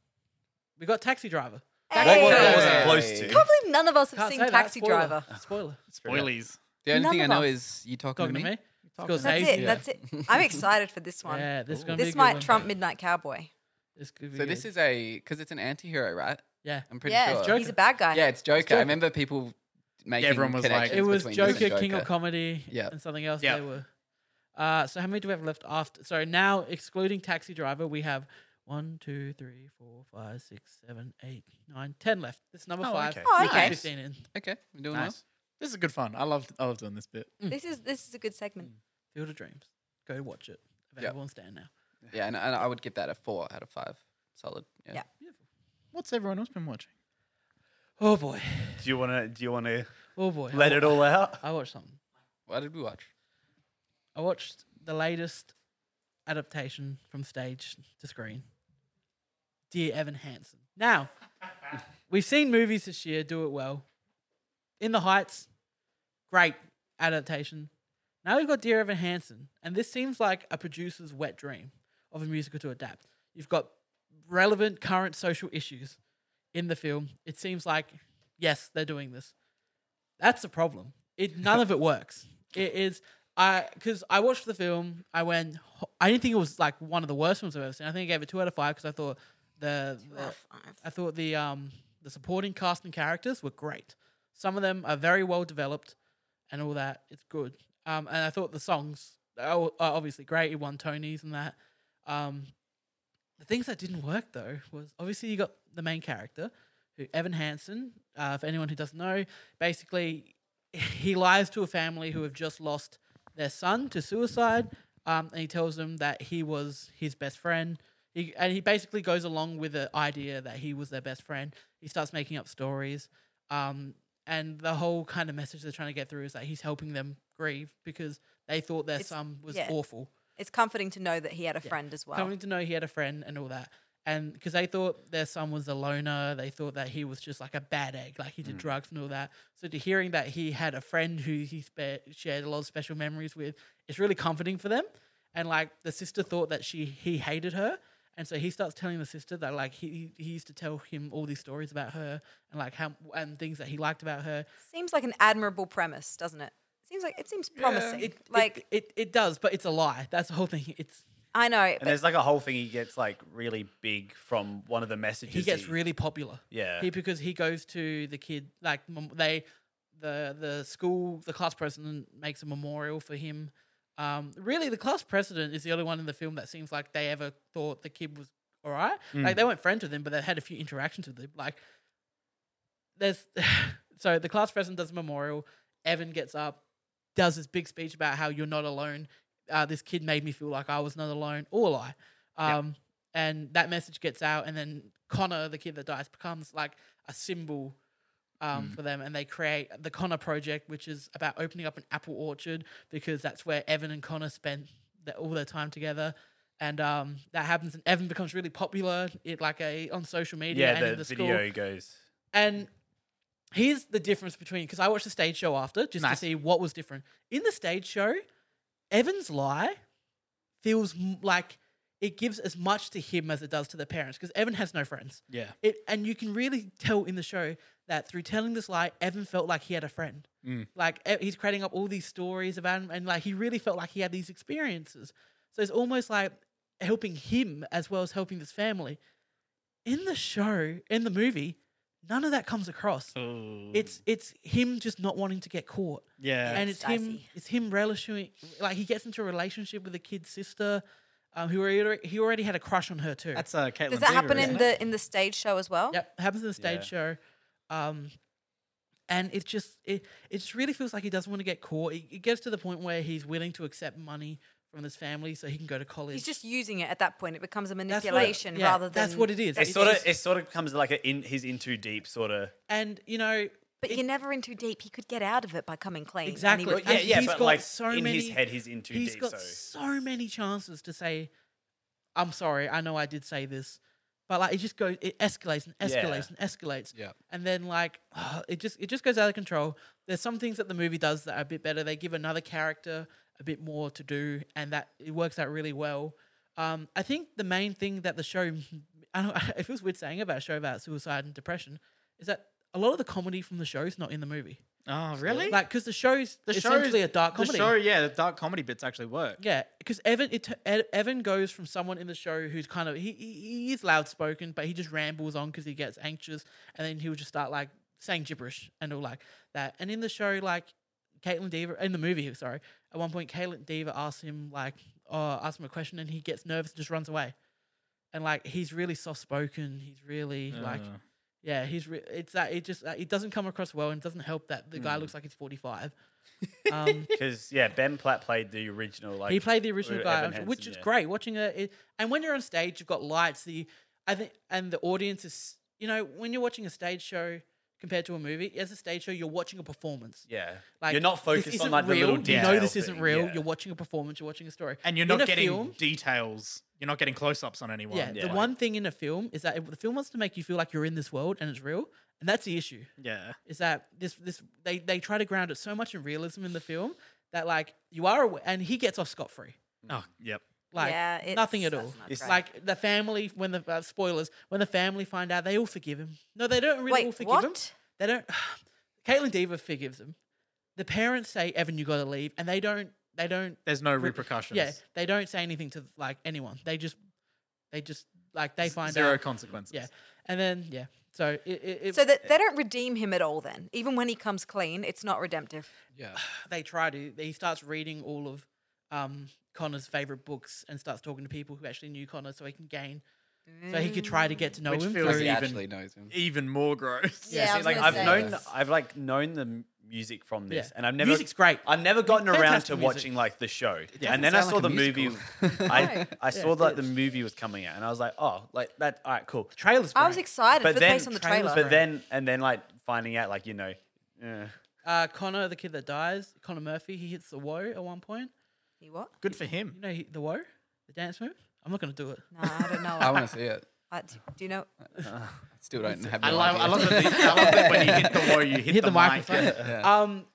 A: We got Taxi Driver.
C: Hey!
F: That
E: Hey.
F: that wasn't
E: Hey.
F: close to.
C: Can't believe none of us have
A: Can't
C: seen
A: say that.
C: Taxi
A: Spoiler.
C: Driver.
A: [LAUGHS] Spoiler.
D: Spoilies.
E: The only
C: None
E: thing I
C: of
E: know
C: us.
E: is you talking,
A: Talking to me. Scorsese.
C: That's it.
E: Yeah.
C: That's it. I'm excited for this one.
A: Yeah, this is gonna be a
C: This
A: good
C: might
A: one.
C: trump Midnight Cowboy.
A: This could be
E: So this
A: good.
E: is um, a because it's an anti-hero, right?
A: yeah.
E: I'm pretty
C: yeah,
E: sure.
A: Joker.
C: he's a bad guy.
E: Yeah, it's Joker.
A: Joker.
E: I remember people making
D: everyone was like-
E: connections
A: It was
E: between
A: Joker,
E: this and
A: King of Comedy,
E: Yeah.
A: and something else.
D: Yeah.
A: They were. Uh, so how many do we have left after? So now, excluding Taxi Driver, we have one, two, three, four, five, six, seven, eight, nine, ten left. This is number
D: Oh,
A: five.
D: okay.
C: Oh,
A: We keep
C: okay.
A: Fifteen in
E: Okay, we're doing
D: Nice. This is good fun. I loved. I loved doing this bit.
A: Mm.
C: This is this is a good segment.
A: Field of Dreams. Go watch it. Available on Stan now.
E: well. Yeah, and, and I would give that a four out of five. Solid. Yeah.
C: Yeah.
D: What's everyone else been watching?
A: Oh boy.
F: Do you want to? Do you want to
A: Oh boy.
F: let it all out?
A: I watched something.
E: What did we watch?
A: I watched the latest adaptation from stage to screen. Dear Evan Hansen. Now, we've seen movies this year do it well. In the Heights, great adaptation. Now we've got Dear Evan Hansen, and this seems like a producer's wet dream of a musical to adapt. You've got relevant current social issues in the film. It seems like, yes, they're doing this. That's the problem. It none of it works. It is I because I watched the film. I went. ho- I didn't think it was like one of the worst films I've ever seen. I think I gave it two out of five because I thought the, the- I thought the um the supporting cast and characters were great. Some of them are very well developed, and all that. It's good. Um, and I thought the songs are o- are obviously great. It won Tonys and that. Um, the things that didn't work though was obviously you got the main character, who Evan Hansen. Uh, for anyone who doesn't know, basically [LAUGHS] he lies to a family who have just lost their son to suicide, um, and he tells them that he was his best friend. He, and he basically goes along with the idea that he was their best friend. He starts making up stories, um, and the whole kind of message they're trying to get through is that he's helping them grieve because they thought their
C: It's-
A: son was
C: yeah.
A: awful
C: It's comforting to know that he had a friend as well.
A: coming to know he had a friend and all that. And because they thought their son was a loner, they thought that he was just like a bad egg, like he did drugs and all that. So to hearing that he had a friend who he spa- shared a lot of special memories with, it's really comforting for them. And like the sister thought that she he hated her, and so he starts telling the sister that like he he used to tell him all these stories about her and like how and things that he liked about her.
C: Seems like an admirable premise, doesn't it? Seems like it seems promising.
A: It,
C: like
A: it, it, it does, but it's a lie. That's the whole thing. It's
C: I know.
F: And
C: But
F: there's like a whole thing he gets like really big from one of the messages.
A: He gets really popular.
F: Yeah.
A: He, because he goes to the kid like mem- they the the school the class president makes a memorial for him. Um, really, the class president is the only one in the film that seems like they ever thought the kid was all right. Like they weren't friends with him, but they had a few interactions with him. Like there's [SIGHS] so the class president does a memorial. Evan gets up, does this big speech about how you're not alone. Uh, this kid made me feel like I was not alone, or a lie. Um, And that message gets out, and then Connor, the kid that dies, becomes like a symbol
F: Hmm.
A: um, for them, and they create the Connor Project, which is about opening up an apple orchard because that's where Evan and Connor spent the, all their time together. And um, that happens, and Evan becomes really popular, it, like a on social media
F: Yeah,
A: and
F: the,
A: in the
F: video
A: school.
F: goes.
A: And here's the difference between because I watched the stage show after just to
D: Nice.
A: see what was different. In the stage show, Evan's lie feels m- like it gives as much to him as it does to the parents because Evan has no friends.
D: Yeah.
A: It, and you can really tell in the show that through telling this lie, Evan felt like he had a friend. Like e- he's creating up all these stories about him, and like he really felt like he had these experiences. So it's almost like helping him as well as helping this family. In the show, in the movie, none of that comes across. It's it's him just not wanting to get caught,
D: Yeah.
A: and it's
C: It's
A: him
C: dicey.
A: it's him relishing. Like he gets into a relationship with a kid's sister, um, who already, he already had a crush on her too.
D: That's uh, Caitlin.
C: does that happen
D: Dever,
C: in
D: isn't it?
C: the in the stage show as well?
A: Yep, happens in the stage show. Um, and it just it it just really feels like he doesn't want to get caught. It, it gets to the point where he's willing to accept money from this family so he can go to college.
C: He's just using it at that point. It becomes a
A: That's what it-
C: manipulation
A: yeah,
C: rather than
A: that's what it is.
F: It
A: It's
F: sort of
A: just-
F: it sort of becomes like a in his in too deep sort of.
A: and you know
C: But
A: it-
C: you're never in too deep. He could get out of it by coming clean. and he
A: Exactly.
C: would-
A: But
F: Yeah,
A: And
F: yeah,
A: he's
F: but
A: got
F: like
A: so
F: in his
A: many-
F: head, he's in too
A: he's
F: deep.
A: got
F: so
A: so many chances to say, "I'm sorry, I know I did say this," but like it just goes, it escalates and escalates and escalates.
E: Yeah.
A: And then like [SIGHS] it just it just goes out of control. There's some things that the movie does that are a bit better. They give another character a bit more to do, and that it works out really well. Um, I think the main thing that the show, [LAUGHS] I don't, it feels weird saying about a show about suicide and depression, is that a lot of the comedy from the show is not in the movie.
D: Oh, really?
A: Like because the show's
D: The show is-
A: essentially a dark comedy.
D: The show, yeah, the dark comedy bits actually work.
A: Yeah, because Evan it, Ed- Evan goes from someone in the show who's kind of he he, he is loud spoken, but he just rambles on because he gets anxious, and then he'll just start like saying gibberish and all like that. And in the show, like Caitlin Deaver in the movie, sorry, at one point Caitlin Deaver asks him like uh, asks him a question, and he gets nervous and just runs away. And like he's really soft spoken, he's really like
D: Uh.
A: yeah, he's re- it's that it just uh, it doesn't come across well, and doesn't help that the guy looks like he's forty five. Um,
F: because yeah, Ben Platt played the original. Like
A: he played the original
F: Evan
A: guy,
F: Hansen,
A: which is
F: yeah.
A: great. Watching a it, and when you're on stage, you've got lights. The I think and the audience is you know when you're watching a stage show compared to a movie, as a stage show, you're watching a performance.
F: Yeah,
A: Like
F: you're not
A: this
F: focused on
A: isn't
F: like the
A: real.
F: little
A: You
F: detail.
A: know this
F: thing,
A: isn't real.
F: yeah.
A: You're watching a performance. You're watching a story,
D: And you're
A: In
D: not
A: a
D: getting
A: film-
D: details. You're not getting close ups on anyone.
A: yeah, the
F: Yeah.
A: one thing in a film is that if the film wants to make you feel like you're in this world and it's real, and that's the issue.
D: Yeah.
A: is that this this they they try to ground it so much in realism in the film that like you are aware, and he gets off scot free.
D: Oh, yep.
A: Like
C: Yeah, it's-
A: nothing at
C: that's
A: all.
C: not
A: It's
C: great.
A: like the family when the uh, spoilers when the family find out they all forgive him. No, they don't really
C: Wait,
A: all forgive him.
C: what?
A: They don't. [SIGHS] Caitlin Deaver forgives him. The parents say, "Evan, you got to leave," and they don't. They don't.
D: There's no
A: re-
D: repercussions.
A: Yeah, they don't say anything to like anyone. They just, they just like they find
D: Zero
A: out.
D: consequences.
A: yeah, and then yeah. So it, it, it
C: So that they don't redeem him at all. Then, even when he comes clean, it's not redemptive.
E: Yeah.
A: they try to. He starts reading all of um, Connor's favorite books and starts talking to people who actually knew Connor, so he can gain, so he could try to get to know
D: Which
A: him.
D: feels
A: through-
E: He
D: even-
E: actually
D: [LAUGHS]
E: knows him.
D: Even more gross.
C: Yeah, I was
F: like
C: gonna
F: I've
C: say.
F: known, I've like known the m- music from this,
A: Yeah.
F: and I've never
A: Music's great.
F: I've never gotten around
A: fantastic
F: to
A: music.
F: watching like the show,
E: doesn't
F: and then I
E: sound
F: saw
E: like a
F: the movie.
E: musical.
A: [LAUGHS]
F: [LAUGHS] I, I
A: Yeah,
F: saw
A: it
F: that the
A: is.
F: movie was coming out, and I was like, oh, like that. All right, cool.
A: Trailer's
C: I was
A: great.
C: excited
F: But
C: for
F: then,
C: based on the
A: trailers
C: trailer.
A: were-
F: but then, and then like finding out, like you know, eh.
A: Uh, Connor, the kid that dies, Connor Murphy, he hits the woe at one point.
C: He what?
D: Good for him.
A: You know he, the woe, the dance move. I'm not gonna do it.
C: No, I
A: [LAUGHS]
C: don't know.
E: I want to see it.
C: I- do you know?
E: Still don't have.
D: I
E: no
D: love,
E: idea.
D: I love that. the- I love that when you hit the wall, [LAUGHS] you hit,
A: hit the
D: mic.
A: microphone.
E: Yeah.
A: Um,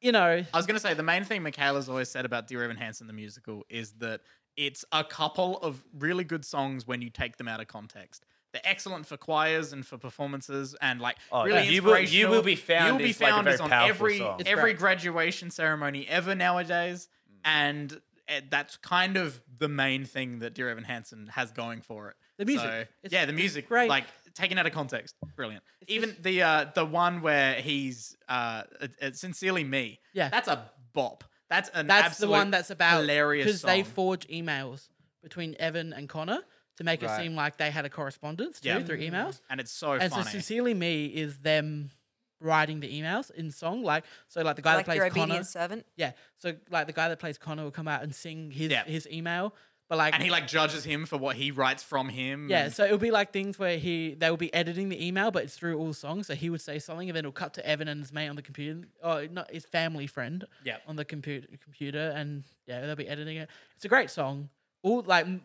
A: you know,
D: I was going to say the main thing Michaela's always said about Dear Evan Hansen the musical is that it's a couple of really good songs when you take them out of context. They're excellent for choirs and for performances and like
F: Oh,
D: really
F: yeah. You Will- You
D: inspirational.
F: Will Be Found
D: You will be
F: is, like, a
D: found
F: very
D: is on
F: powerful
D: every
F: song. It's
D: every
A: great.
F: Mm.
D: graduation ceremony ever nowadays, and eh, that's kind of the main thing that Dear Evan Hansen has going for it.
A: The music.
D: So,
A: It's-
D: yeah, the
A: it's
D: music,
A: great.
D: like taken out of context, brilliant. Even the uh, the one where he's uh, it- it's sincerely me.
A: Yeah.
D: that's a bop. That's an
A: That's the
D: absolute
A: one that's about
D: hilarious
A: because they
D: song.
A: forge emails between Evan and Connor to make it
E: Right.
A: seem like they had a correspondence too
D: Yeah.
A: through emails.
D: and it's so
A: And
D: funny.
A: so sincerely me is them writing the emails in song. Like so like the guy
C: like
A: that
C: your
A: plays
C: obedient
A: Connor.
C: servant.
A: Yeah. So like the guy that plays Connor will come out and sing his
D: Yeah.
A: his email. But like
D: and he like judges him for what he writes from him.
A: Yeah,
D: and-
A: so it'll be like things where he they will be editing the email, but it's through all songs. So he would say something, and then it'll cut to Evan and his mate on the computer, or not his family friend,
D: Yeah.
A: on the computer, computer, and yeah, they'll be editing it. It's a great song. All like m-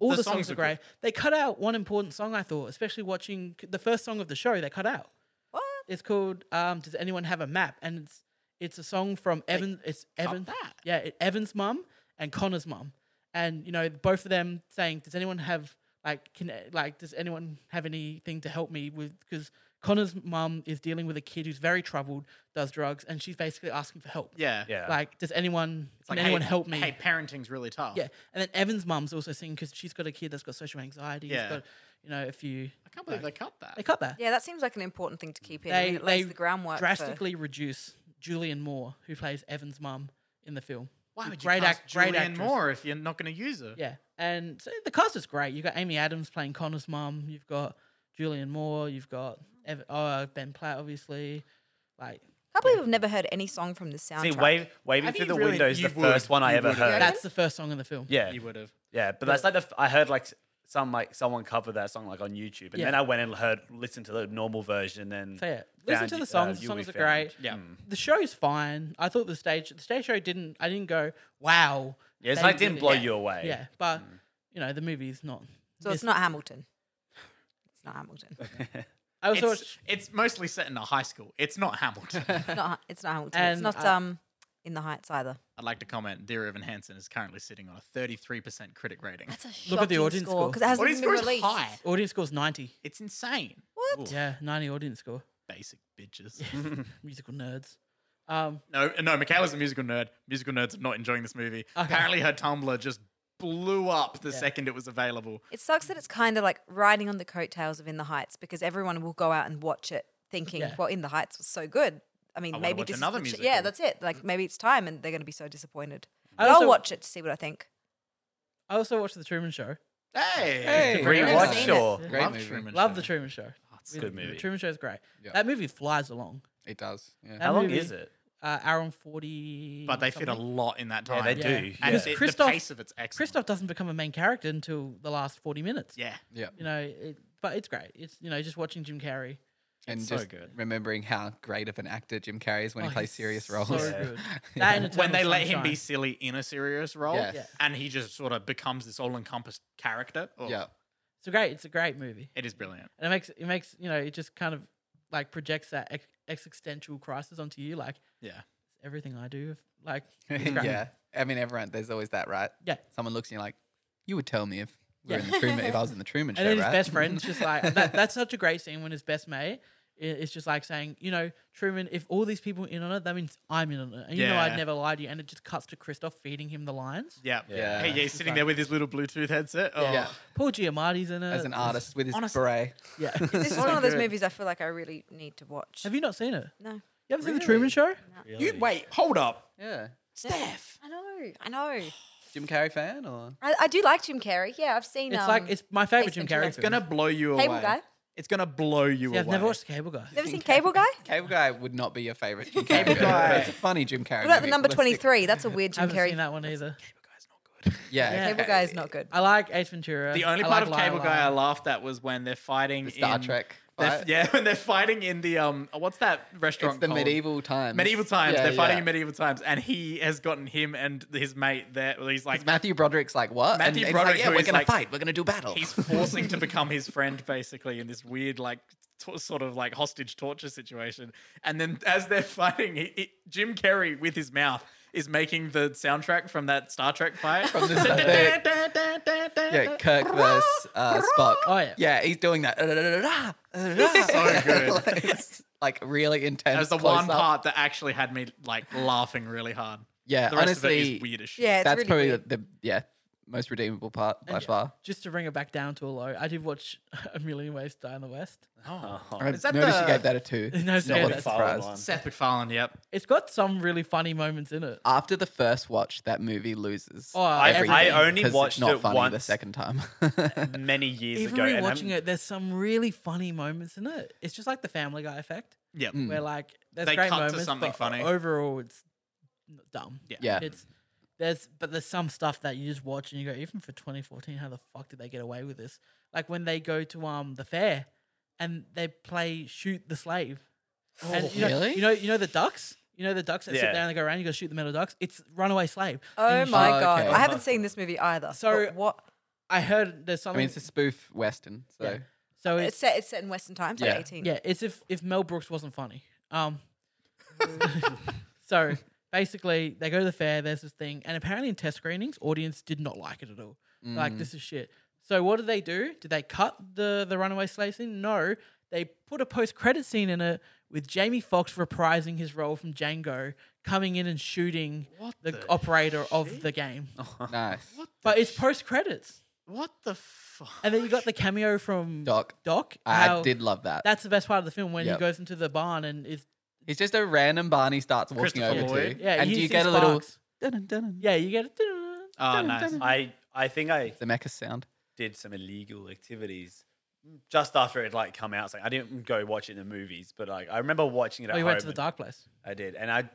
A: all the,
D: The
A: songs,
D: songs
A: are
D: are good.
A: great. They cut out one important song, I thought, especially watching the first song of the show. They cut out.
C: What?
A: It's called um, "Does Anyone Have a Map?" and it's it's a song from Evan. it's Evan.
D: that.
A: Yeah, it, Evan's mum and Connor's mum, and you know both of them saying, "Does anyone have like can like does anyone have anything to help me with?" Because Connor's mum is dealing with a kid who's very troubled, does drugs, and she's basically asking for help.
D: yeah,
F: Yeah.
A: Like, does anyone
D: It's
A: can
D: hey-
A: anyone help me?
D: Hey, parenting's really tough.
A: Yeah, and then Evan's mum's also singing because she's got a kid that's got social anxiety. Yeah.
D: Yeah.
A: Got, you know, a few.
D: I can't believe they cut that.
A: They cut that
C: Yeah, that seems like an important thing to keep in. I
A: they,
C: mean, it
A: they
C: lays the groundwork.
A: drastically reduce Julian Moore, who plays Evan's mum in the film.
D: Why
A: A
D: would you great cast
A: act-
D: Julianne
A: actress.
D: Moore if you're not going to use her?
A: Yeah, and so the cast is great. You've got Amy Adams playing Connor's mum. You've got Julian Moore. You've got Ev- oh, Ben Platt, obviously. Like
C: For. I can't believe I've never heard any song from this soundtrack.
F: See, wave, waving
D: Have
F: through
D: you
F: the
D: really-
F: window is the
D: you would,
F: first one I
D: you
F: ever
D: would.
F: heard.
C: Yeah.
A: that's the first song in the film.
F: Yeah,
D: You would have.
F: yeah, but that's like the f- I heard like s- some like someone covered that song like on YouTube, and
A: Yeah.
F: then I went and heard listened to the normal version, and then
A: So yeah, listen
F: found
A: to
F: you-
A: the songs.
F: uh,
A: the
F: You We
A: songs are
F: Found.
A: great.
D: Yeah.
A: The show's fine. I thought the stage the stage show didn't. I didn't go wow.
F: Yeah, it's
A: they
F: like didn't
A: did it."
F: blow
A: Yeah.
F: you away. Mm.
A: Yeah, but you know the movie's not.
C: so it's not Hamilton. It's
A: [LAUGHS]
C: not Hamilton.
A: I also watched-
D: It's, it's mostly set in a high school. It's not Hamilton.
A: [LAUGHS]
C: It's not. It's not Hamilton.
A: And uh,
C: it's not
A: I-
C: um in the Heights either.
D: I'd like to comment Dear Evan Hansen is currently sitting on a 33% critic rating.
C: That's a
A: Look at the audience score.
C: because it hasn't
D: Audience
C: even been
D: score is
C: released.
D: high.
A: Audience score's 90.
D: It's insane.
C: What?
A: Yeah, 90 audience score.
D: Basic bitches.
A: Musical nerds. Um,
D: [LAUGHS] no, no, Michaela's a musical nerd. Musical nerds are not enjoying this movie. Apparently, her Tumblr just blew up the second it was available.
C: It sucks that it's kind of like riding on the coattails of In the Heights because everyone will go out and watch it thinking,
A: Yeah.
C: well, In the Heights was so good. I mean,
D: I wanna
C: maybe
D: watch
C: this is
D: another
C: the ch-
D: musical.
C: yeah, that's it. Like maybe it's time, and they're going to be so disappointed.
A: I
C: But I'll
A: also-
C: watch it to see what I think.
A: I also watched The Truman Show.
D: Hey!
E: [LAUGHS] Hey.
C: I've
F: Rewatch
C: seen
F: sure.
E: Great
D: Love
E: movie.
D: Truman
A: Love
D: Show.
A: The Truman Show.
F: Oh, a good movie.
A: The Truman Show is great.
E: Yeah.
A: That movie flies along.
E: It does. Yeah.
A: That
F: How long
A: movie,
F: is it?
A: Uh, hour and 40.
D: But they fit a
A: something.
D: lot in that
F: Yeah,
D: time.
F: they
A: Yeah.
F: do.
D: And
F: yeah.
D: the-
A: Christoph-
D: the pace of it's excellent.
A: Christoph doesn't become a main character until the last 40 minutes.
D: Yeah.
E: Yeah.
A: You know, it, but it's great. It's, you know, just watching Jim Carrey.
E: And
D: It's so
E: just
D: good.
E: remembering how great of an actor Jim Carrey is when
A: Oh,
E: he plays
A: he's
E: serious
A: so
E: roles.
A: good.
E: Yeah.
A: That and
D: when they
A: Eternal
D: let him be
A: Sunshine.
D: silly in a serious role,
E: Yes. Yeah.
D: and he just sort of becomes this all-encompassed character. Oh,
E: [LAUGHS] yeah.
A: It's a great, it's a great movie.
D: it is brilliant.
A: And it makes, it makes, you know, it just kind of like projects that ex- existential crisis onto you. Like,
D: Yeah,
A: everything I do, like,
E: [LAUGHS]
A: it's great.
E: yeah. I mean, everyone, there's always that, right?
A: Yeah.
E: Someone looks and you're like, you would tell me if we were
A: Yeah.
E: in the Truman, if I was in the Truman
A: [LAUGHS] And
E: show,
A: then his
E: right?
A: best friend's just like
D: [LAUGHS]
A: that, that's such a great scene when his best mate i- is just like saying, you know, Truman, if all these people are in on it, that means I'm in on it. And you know I'd
D: Yeah.
A: never lie to you. And it just cuts to Christoph feeding him the lines.
D: yeah,
E: Yeah.
D: Hey, yeah, he's sitting there with his little Bluetooth headset. Oh,
E: [LAUGHS] Yeah.
A: Paul Giamatti's in it.
E: As an artist with his
D: Honestly-
E: beret.
A: Yeah.
D: [LAUGHS]
C: This is one of those
D: good.
C: movies I feel like I really need to watch.
A: Have you not seen it?
C: No.
A: You haven't seen The Truman Show?
D: you wait, hold up.
E: Yeah.
D: Steph.
C: I know.
A: [SIGHS]
C: I know.
E: Jim Carrey fan or?
C: I, I do like Jim Carrey. Yeah, I've seen.
A: It's
C: um,
A: like, it's my favorite Jim
C: Taste
A: Carrey
D: It's
A: film.
D: gonna blow you away.
C: Cable Guy?
D: It's gonna blow you
A: yeah, I've
D: away.
A: never watched The Cable Guy.
C: Never seen Cable Guy?
E: Cable Guy would not be your favorite Jim Carrey. Cable
D: Guy.
E: It's a funny Jim Carrey.
C: What about the
E: movie.
C: number
E: Let's stick-
C: twenty-three? That's a weird
A: I
C: Jim
A: haven't
C: Carrey.
A: seen that one either.
E: Yeah.
A: Yeah.
C: Cable
E: okay.
C: Guy is not good.
A: I like Ace Ventura.
D: The only
A: I
D: part
A: like
D: of
A: La La
D: Cable
A: La.
D: Guy I laughed at was when they're fighting
E: The Star
D: in-
E: Trek.
D: they're-
E: fight.
D: yeah, [LAUGHS] when they're fighting in the um, what's that restaurant?
E: It's the
D: called?
E: medieval times.
D: Medieval times.
E: Yeah,
D: they're fighting
E: yeah.
D: in medieval times, and he has gotten him and his mate there. well, He's like
E: It's Matthew Broderick's like what?
D: Matthew
E: he's
D: Broderick,
E: like,
D: who
E: yeah, we're
D: is
E: gonna
D: like-
E: fight. We're gonna do battle. [LAUGHS]
D: he's forcing to become his friend basically in this weird like t- sort of like hostage torture situation and then as they're fighting he, he- jim carrey with his mouth is making the soundtrack from that star trek fight
E: From the- yeah,
D: [LAUGHS]
E: Kirk versus uh, Spock.
A: Oh, yeah.
E: yeah, he's doing that. [LAUGHS]
D: So good.
E: like, it's, like really intense.
D: that was the one
E: close-up.
D: part that actually had me like laughing really hard
E: yeah,
D: The rest of it
E: honestly,
D: is weird as shit.
C: Yeah, it's
E: that's
C: really
E: probably
C: weird.
E: the, the yeah most redeemable part by
A: And-
E: far.
A: Just to bring it back down to a low, I did watch [LAUGHS] A Million Ways to Die in the West.
D: Oh.
E: I
D: Is that
E: noticed
D: the-
E: you gave that a two.
A: No, it's
E: Not
A: okay,
E: a
A: that's
E: surprise.
F: fine.
D: Seth MacFarlane, yep.
A: It's got some really funny moments in it.
E: After the first watch, that movie loses.
A: Oh, I- I
E: everything
F: only
E: 'cause it's
F: watched
E: not
F: it
E: funny the
F: once.
E: second time. [LAUGHS]
F: many years
A: Even
F: ago. and I'm-
A: rewatching it, there's some really funny moments in it. It's just like the Family Guy effect,
D: Yep.
E: Mm.
A: where like there's
D: They
A: great
D: cut to
A: moments,
D: something
A: but
D: funny.
A: overall it's dumb.
D: Yeah.
E: yeah,
A: It's there's but there's some stuff that you just watch and you go, even for 2014, how the fuck did they get away with this? Like when they go to um the fair and they play shoot the slave. and you know,
E: Oh, really?
A: You know, you know the ducks. You know the ducks that
F: Yeah.
A: sit down and go around. You go shoot the metal ducks. It's Runaway Slave.
C: Oh
A: And you
C: my
E: Oh,
C: god!
E: okay.
C: I haven't seen this movie either.
A: So-
C: So what?
A: I heard there's
E: I
A: something.
E: mean it's a spoof western, so
A: Yeah. so
C: It's
A: it's
C: set. It's set in Western times. Yeah.
E: Yeah.
C: Like 18.
A: yeah, it's if if Mel Brooks wasn't funny. Um, [LAUGHS] so basically they go to the fair. There's this thing, and apparently in test screenings, audience did not like it at all.
E: Mm.
A: Like this is shit. So what did they do? Did they cut the the runaway slave scene? No, they put a post credit scene in it with Jamie Foxx reprising his role from Django, coming in and shooting the, operator of the game.
E: [LAUGHS]
A: [LAUGHS]
E: Oh, nice.
A: But it's post credits,
D: What the fuck?
A: and then you got the cameo from
E: Doc,
A: Doc.
E: I
A: how-
E: did love that.
A: That's the best part of the film when
E: Yep.
A: he goes into the barn and is
E: He's just a random Barney starts walking
D: Christopher
E: over
D: Lloyd.
E: to,
A: yeah.
E: and
A: you
E: you
A: see
E: get a little
A: sparks.
E: dun dun
A: yeah. You get a
D: Oh, nice.
F: I I think I
E: the mecha sound.
F: did some illegal activities just after it like come out. So I didn't go watch it in the movies, but like I remember watching it.
A: Oh,
F: at
A: you went to
F: home
A: the
F: and-
A: dark place.
F: I did, and I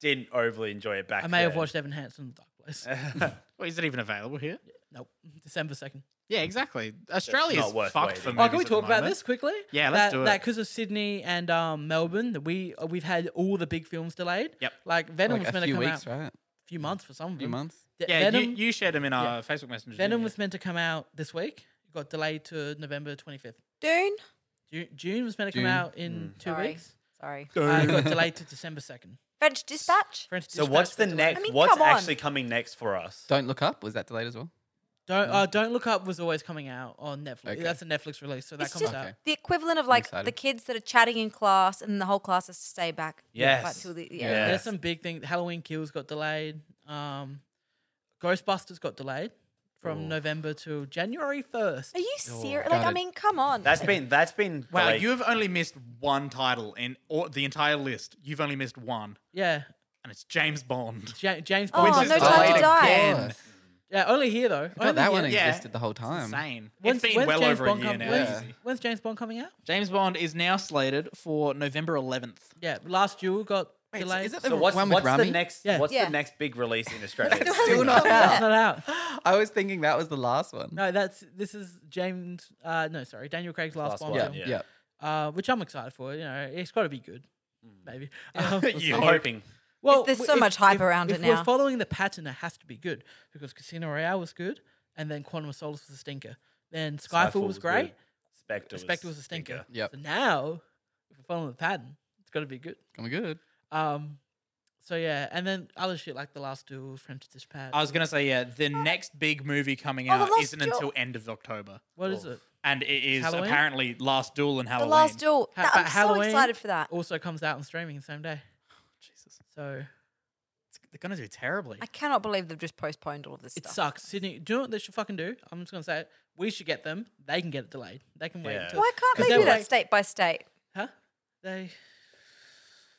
F: didn't overly enjoy it back.
A: I may have
F: then.
A: watched Evan Hansen in the dark place.
D: Well, is it even available here?
A: nope, December second.
D: Yeah, exactly. Australia's
F: not worth
D: fucked
F: waiting.
D: for movies.
A: Oh, can we
D: at the
A: talk about
D: moment.
A: this quickly?
D: Yeah,
A: that,
D: let's do it.
A: That because of Sydney and um, Melbourne, that we uh, we've had all the big films delayed.
D: Yep.
A: Like Venom
E: Like
A: was
E: a
A: meant to
E: few
A: come
E: weeks,
A: out
E: right?
A: a few months for some of
E: A few
A: them.
E: months.
A: De-
D: Yeah,
A: Venom,
D: you, you shared them in our Facebook Messenger. didn't
A: Venom
D: you?
A: was meant to come out this week. It got delayed to November twenty fifth.
C: Dune.
A: June, June was meant to come
E: June.
A: out in two
C: Sorry.
A: weeks.
C: Sorry.
A: Uh, it got delayed to December second.
C: French Dispatch.
A: French
F: So
A: Dispatch
F: what's
A: got
F: the
A: delayed.
F: next?
C: I mean,
F: what's
C: come on.
F: actually coming next for us?
E: Don't look up. Was that delayed as well?
A: Don't uh, Don't Look Up was always coming out on Netflix.
E: Mm. Okay.
A: That's a Netflix release, so that
C: It's
A: comes
C: just
A: out.
E: Okay.
C: the equivalent of like the
E: excited.
C: kids that are chatting in class, and the whole class has to stay back.
F: Yes.
C: Like, till the, yeah.
E: Yeah.
A: There's some big things. Halloween Kills got delayed. Um, Ghostbusters got delayed from November to January 1st.
C: Are you
A: Oh,
C: serious?
E: Got
C: Like, I
E: it.
C: mean, come on.
F: That's been that's been
D: Wow,
F: delayed.
D: you have only missed one title in or the entire list. You've only missed one,
A: Yeah,
D: and it's James Bond.
A: Ja- James
C: Oh,
A: Bond.
D: Which is
C: No Time to
D: delayed
C: Die.
D: again.
A: Yeah, only here though.
E: I thought that one
A: Only here.
D: Yeah.
E: existed the whole time.
D: Insane.
A: When's-
D: it's been
A: when's
D: well
A: James
D: over
A: Bond
D: a year
A: come-
D: now.
A: When's,
E: Yeah.
A: when's James Bond coming out?
D: James Bond is now slated for November 11th.
A: Yeah, Last Duel got
E: Wait,
A: delayed. [LAUGHS]
E: is that
F: So what's,
E: one with
F: what's the
E: Rami?
F: next?
A: Yeah.
F: What's
C: Yeah.
F: the next big release
C: [LAUGHS]
F: in Australia?
E: Still not
A: That's
E: out.
A: not out.
E: I was thinking that was the last one.
A: No, that's this is James. Uh, no, sorry, Daniel Craig's last,
F: Last
A: Bond
F: one,
E: Yeah,
A: film,
E: yeah.
F: Yeah.
A: uh, which I'm excited for. You know, it's got to be good.
E: Mm.
A: Maybe.
D: [LAUGHS]
A: Um,
D: You
F: I'm
D: hope.
F: hoping.
A: Well,
C: There's
A: w-
C: so
A: if-
C: much hype
A: if-
C: around
A: if
C: it
A: We're
C: now.
A: following the pattern, it has to be good because Casino Royale was good, and then Quantum of Solace was a stinker. Then Skyfall, was, great.
F: good. Spectre,
A: Spectre was a stinker.
E: Yep.
A: So now, if we're following the pattern, it's got to be good.
E: Coming good.
A: Um, so yeah, and then other shit like the Last Duel, French Dispatch.
D: I was gonna say yeah, the next big movie coming
C: Oh, The
D: out
C: Last
D: isn't
C: Duel.
D: until end of October,
A: what is it?
D: and it is
A: Halloween?
D: apparently Last Duel and
C: the
D: Halloween.
C: last duel.
A: Ha- Oh.
C: That-
A: but
C: I'm so excited for that.
A: Also comes out on streaming the same
C: [SIGHS]
A: day.
D: Jesus,
A: So
D: It's- they're gonna do terribly.
C: I cannot believe they've just postponed all of this
A: it
C: stuff.
A: sucks. Sydney, do you know what they should fucking do? I'm just gonna say it. We should get them. They can get it delayed. They can wait
F: Yeah.
A: until
C: Why can't
A: 'Cause
C: they
A: they're
C: do that
A: like-
C: state by state?
A: huh? They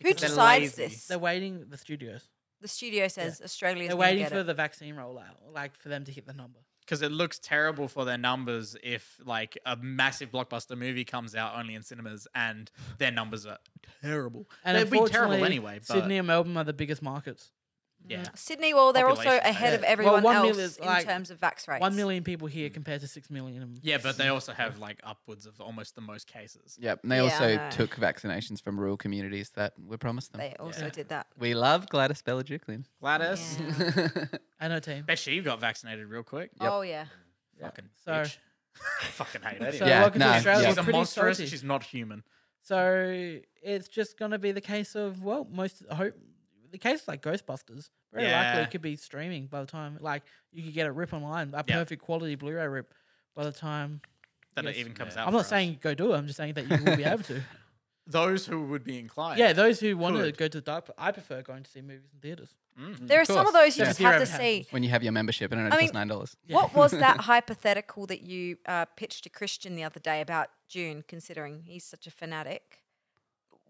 C: Who
D: they're
C: decides
D: lazy.
C: this?
A: they're waiting the studios.
C: The studio says Australia's
A: They're
C: gonna
A: waiting
C: get
A: for
C: it.
A: the vaccine rollout, like for them to hit the number.
D: because it looks terrible for their numbers if like a massive blockbuster movie comes out only in cinemas and their numbers are terrible.
A: And
D: They'd be terrible
A: unfortunately,
D: anyway. But
A: Sydney and Melbourne are the biggest markets.
D: yeah,
C: Sydney. Well, they're also
D: population,
C: ahead
D: yeah.
C: of everyone
A: one
C: else
A: million is
C: in
A: like-
C: terms of vax rates.
A: One million people here compared to six million. in-
D: yeah, but they also have like upwards of almost the most cases.
E: Yep. And they
C: Yeah, I
E: also
C: know.
E: took vaccinations from rural communities that were promised them.
C: They also did that.
E: we love Gladys Berejiklian.
A: [LAUGHS]
D: Gladys,
C: Yeah.
A: I know, team.
D: bet she got vaccinated real quick.
C: Oh yeah.
D: Fucking
A: So-
D: bitch. [LAUGHS] Fucking hate her.
A: So
E: Yeah,
A: welcome
E: no,
A: to Australia.
E: yeah.
A: We're
D: She's a
A: pretty
D: monstrous.
A: salty.
D: She's not human.
A: So it's just going to be the case of well, most I hope the case like Ghostbusters very likely
D: Yeah.
A: it could be streaming by the time like you could get a rip online, a
D: Yeah.
A: perfect quality Blu-ray rip by the time.
D: That
A: Yes.
D: it even comes
A: I'm
D: out.
A: not
D: for us. [LAUGHS]
A: saying go do it. I'm just saying that you will be able to.
D: Those who would be inclined.
A: Yeah, those who want to
D: Could.
A: go to the dark, pl- I prefer going to see movies in theaters.
C: There are some of those you
A: Yeah.
C: just have to
A: Zero
C: see.
E: [LAUGHS] when you have your membership and it
C: I
E: costs
C: mean-
E: nine dollars.
C: What was [LAUGHS] that hypothetical that you uh, pitched to Christian the other day about June, considering he's such a fanatic?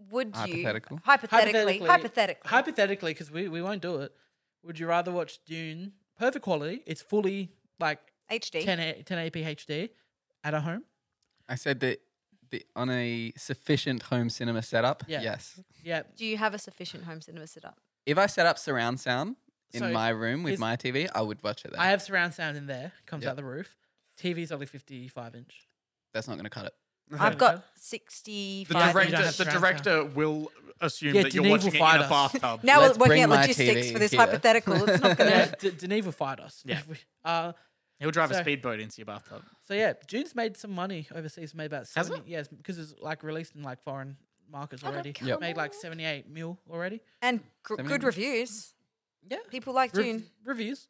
C: Would you
E: Hypothetical?
C: hypothetically hypothetically
A: hypothetically, because we, we won't do it. Would you rather watch Dune? Perfect quality. It's fully like
C: HD?
A: 10 a, 1080p HD at a home.
E: I said that the, on a sufficient home cinema setup.
A: Yeah.
E: Yes.
A: Yeah,
C: Do you have a sufficient home cinema setup?
E: If I set up surround sound in
A: So,
E: my room with
A: is-
E: my TV, I would watch it. There.
A: I have surround sound in there. Comes
E: Yeah.
A: out the roof. TV's only 55
C: [LAUGHS]
A: inch.
E: That's not going to cut it.
C: I've got sixty
D: The
A: Five
C: five.
A: don't have
D: director, the
A: surround
D: director will assume
A: Yeah,
D: that you're
A: Denis
D: watching
A: will
D: it
A: fight
D: in a
A: us.
D: bathtub.
C: Now
E: Let's
C: we're working
E: bring
C: out
E: my
C: logistics
E: TV
C: for this
E: here.
C: hypothetical. It's not
A: [LAUGHS]
C: gonna.
A: yeah, D- Deneve will fight us. [LAUGHS]
D: Yeah.
A: uh,
D: He'll drive
A: So-
D: a speedboat into your bathtub.
A: so yeah, Dune's made some money overseas. Made about
D: Has
A: 70, yes, because it's like released in like foreign markets
C: Oh,
A: already.
C: come Yep.
A: Made like
C: on.
A: 78 mil already.
C: and gr-
E: Seven
C: good
E: minutes.
C: reviews.
A: Yeah.
C: People like
A: Rev-
C: June.
A: reviews.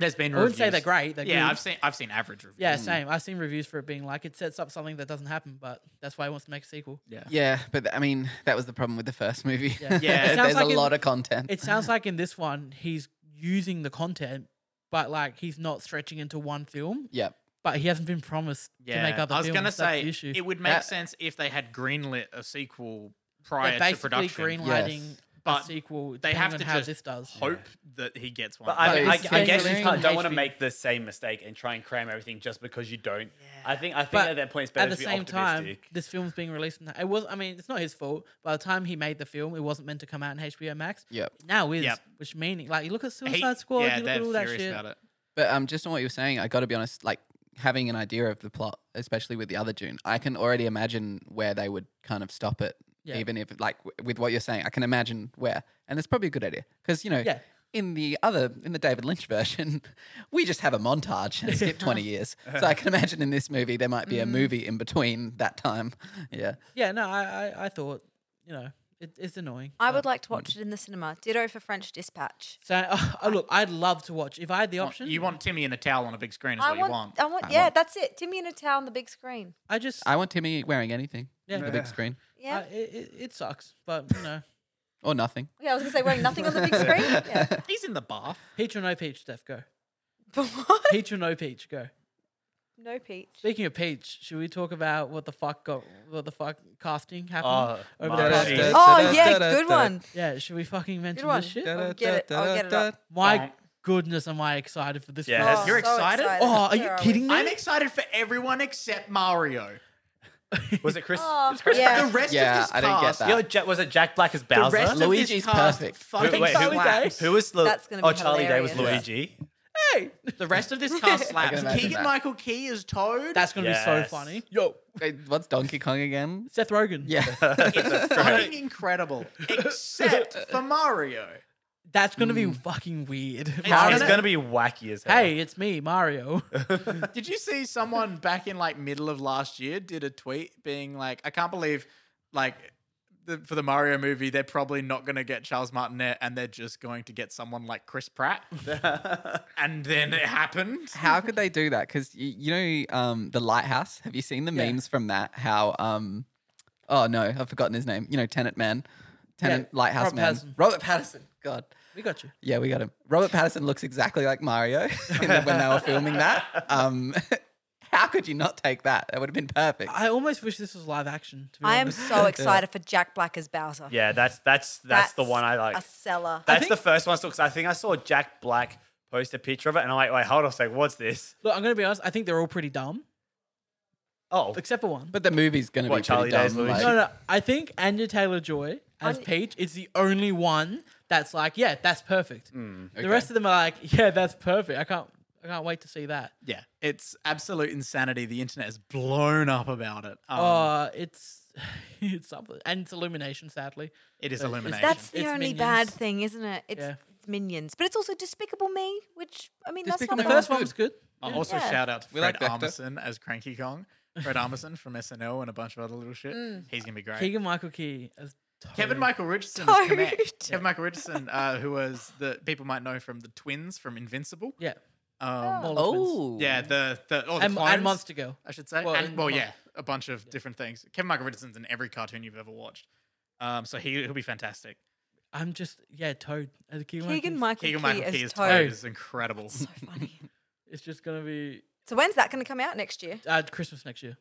D: There's been
A: I wouldn't say
D: reviews.
A: they're great. They're
D: Yeah,
A: good.
D: I've seen I've seen average reviews.
A: Yeah, same. I've seen reviews for it being like it sets up something that doesn't happen, but that's why he wants to make a sequel.
E: Yeah, but th- I mean, that was the problem with the first [LAUGHS] movie.
A: Yeah.
D: Yeah. It sounds
E: there's
A: like
E: a
A: it-
E: lot of content.
D: [LAUGHS]
A: It sounds like in this one he's using the content, but like he's not stretching into one film.
E: yeah.
A: But he hasn't been promised
D: Yeah,
A: to make other
D: I was
A: films.
D: gonna
A: That's
D: say
A: the issue.
D: it would make
E: That-
D: sense if they had greenlit a sequel
A: They're
D: prior to
A: basically
D: production.
A: greenlighting
E: Yes.
A: a
D: But
A: sequel.
D: they have
A: depending
D: to
A: on how
D: just
A: this does.
D: hope that he gets one.
F: But I,
E: But
F: I,
E: it's
F: I guess
E: censoring
F: you can't, don't want to
A: HP.
F: make the same mistake and try and cram everything just because you don't. I think I think
A: But
F: at that point it's
A: At
F: better
A: the
F: to be
A: same time,
F: optimistic.
A: this film's being released. In, it was. I mean, it's not his fault. By the time he made the film, it wasn't meant to come out in HBO Max.
E: Yep.
A: Now is,
D: Yep.
A: which meaning like you look at
D: He-
A: Suicide Squad,
D: yeah,
A: you look
D: they're
A: at all that
D: furious
A: shit.
D: about it.
E: But um, just on what you were saying, I got to be honest. Like having an idea of the plot, especially with the other June, I can already imagine where they would kind of stop it.
A: Yeah.
E: Even if, like, w- with what you're saying, I can imagine where, and that's probably a good idea because you know,
A: Yeah.
E: in the other, in the David Lynch version, [LAUGHS] we just have a montage and skip
C: [LAUGHS]
E: 20 years. So I can imagine in this movie there might be
C: Mm.
E: a movie in between that time. [LAUGHS] Yeah,
A: Yeah, no, I, I, I thought, you know, it, it's annoying.
C: I would like to watch it in the cinema. Ditto for French Dispatch.
A: So [LAUGHS] oh, look, I'd love to watch if I had the option.
D: You want Timmy in a towel on a big screen is
C: I
D: what you
C: want,
D: want.
C: I want.
E: I
C: Yeah,
E: want-
C: that's it. Timmy in a towel on the big screen.
A: I just, I,
E: I want Timmy wearing anything
A: Yeah.
E: yeah. the big screen
C: Yeah.
A: it, it, it sucks, but you know,
E: or nothing.
C: yeah, I was gonna
A: [LAUGHS]
C: say wearing nothing on the big screen. Yeah.
D: He's in the bath.
A: peach or no peach, Steph, go.
C: But what?
A: Peach or no peach, go.
C: No peach.
A: Speaking of peach, should we talk about what the fuck got, what the fuck casting happened
F: Oh,
A: over
F: my
A: the past?
F: God.
A: week?
C: Oh yeah, good one.
A: Yeah, should we fucking mention
C: one.
A: this shit?
C: I'll get it. I'll get it up.
A: My goodness, am I excited for this?
F: Yes.
A: film. [LAUGHS]
D: You're
C: so
D: excited?
A: Oh, are you
C: Where we?
A: kidding me?
C: [LAUGHS]
D: I'm excited for everyone except Mario.
F: was it Chris?
C: Oh,
D: The
C: yeah.
D: rest
E: Yeah,
D: of this
E: I don't get
D: cast-
E: that.
F: Yo, Ja- was it Jack Black as
D: The
F: Bowser?
D: rest of
E: Luigi's
D: this cast
E: perfect.
F: Wait,
D: Fucking
F: wait, who-
D: slaps.
F: Who was Lu-
C: That's gonna be
F: Oh, Charlie Day was
C: hilarious.
F: Luigi.
A: Hey,
D: The rest of [LAUGHS] this cast slaps.
E: imagine
D: Keegan
E: that.
D: Michael Key is Toad. [LAUGHS]
A: that's gonna be so
F: Yes.
A: funny. Yo,
E: Wait, What's Donkey Kong
C: [LAUGHS]
E: again?
A: Seth Rogen.
E: Yeah.
D: it's fucking incredible. Except for Mario.
A: that's gonna be fucking weird.
F: It's
D: gonna-
F: gonna be wacky as hell.
A: Hey, it's me, Mario.
D: Did you see someone back in like middle of last year did a tweet being like, I can't believe like the, for the Mario movie, they're probably not going to get Charles Martinet and they're just going to get someone like Chris Pratt.
E: [LAUGHS]
D: and then it happened.
A: [LAUGHS]
E: How could they do that? Because you, know, um, the lighthouse. Have you seen the
A: Yeah.
E: memes from that? How, um, oh no, I've forgotten his name. You know, Tenant Man, Tenant
A: Yeah,
E: Lighthouse
A: Robert
E: Man,
A: Pattinson.
E: Robert Patterson. God,
A: we got you.
E: yeah, we got him. Robert Patterson looks exactly like Mario [LAUGHS] in the- when they were filming that. Um, [LAUGHS] how could you not take that? That would have been perfect.
A: I almost wish this was live action. To be
C: I am
A: honest. [LAUGHS]
C: so excited for Jack Black as Bowser.
F: Yeah, that's that's that's the one I like.
C: A seller.
F: That's the first one I saw because I think I saw Jack Black post a picture of it, and I'm like, wait, hold on a second, what's this?
A: Look, I'm gonna be honest. I think they're all pretty dumb,
F: Oh,
A: except for one.
E: But the movie's going to
F: What,
E: be
F: Charlie
E: pretty
F: Day's
E: dumb.
F: Luigi?
E: like-
A: no, no. I think Anya Taylor Joy as
C: Anya-
A: Peach is the only one that's like, yeah, that's perfect.
E: okay.
A: The rest of them are like, yeah, that's perfect. I can't, I can't wait to see that.
D: Yeah, it's absolute insanity. The internet is blown up about it. Um,
A: Uh, it's, [LAUGHS] it's something, and it's Illumination. Sadly,
D: it is
A: it's-
D: illumination.
C: That's the
A: It's
C: only
A: Minions.
C: bad thing, isn't it? It's,
A: Yeah.
C: it's Minions, but it's also Despicable Me, which I mean,
E: Despicable
A: the
C: that's
E: Me
C: not
A: first
E: was
A: one was good.
D: Uh, also,
C: Yeah.
D: shout out to
E: We
D: Fred
E: like Vector.
D: Armisen as Cranky Kong. Fred Armisen from SNL and a bunch of other little shit. He's gonna be great.
A: Keegan Michael Key as
D: Kevin
A: Toad.
D: Michael Richardson.
C: Toad.
D: is Kamek. Kevin Michael Richardson, uh, who was the people might know from the twins from Invincible.
A: Yeah,
D: Um,
A: All the twins.
E: Oh,
D: Yeah, the the oh, the
A: and,
D: clones,
A: and months to go.
D: I should say.
A: Well,
D: Well,
A: in-
D: and, well yeah, a bunch of different things. Kevin Michael Richardson's in every cartoon you've ever watched, um, so he he'll be fantastic.
A: I'm just yeah, Toad. Uh, the Keegan-Michael Key.
C: Keegan Michael
D: Keegan
C: Key
D: Michael Key
C: as
D: is
C: Toad.
D: Toad is incredible.
C: [LAUGHS] So funny.
A: It's just gonna be
C: So when's that going to come out next year?
A: uh, Christmas next year.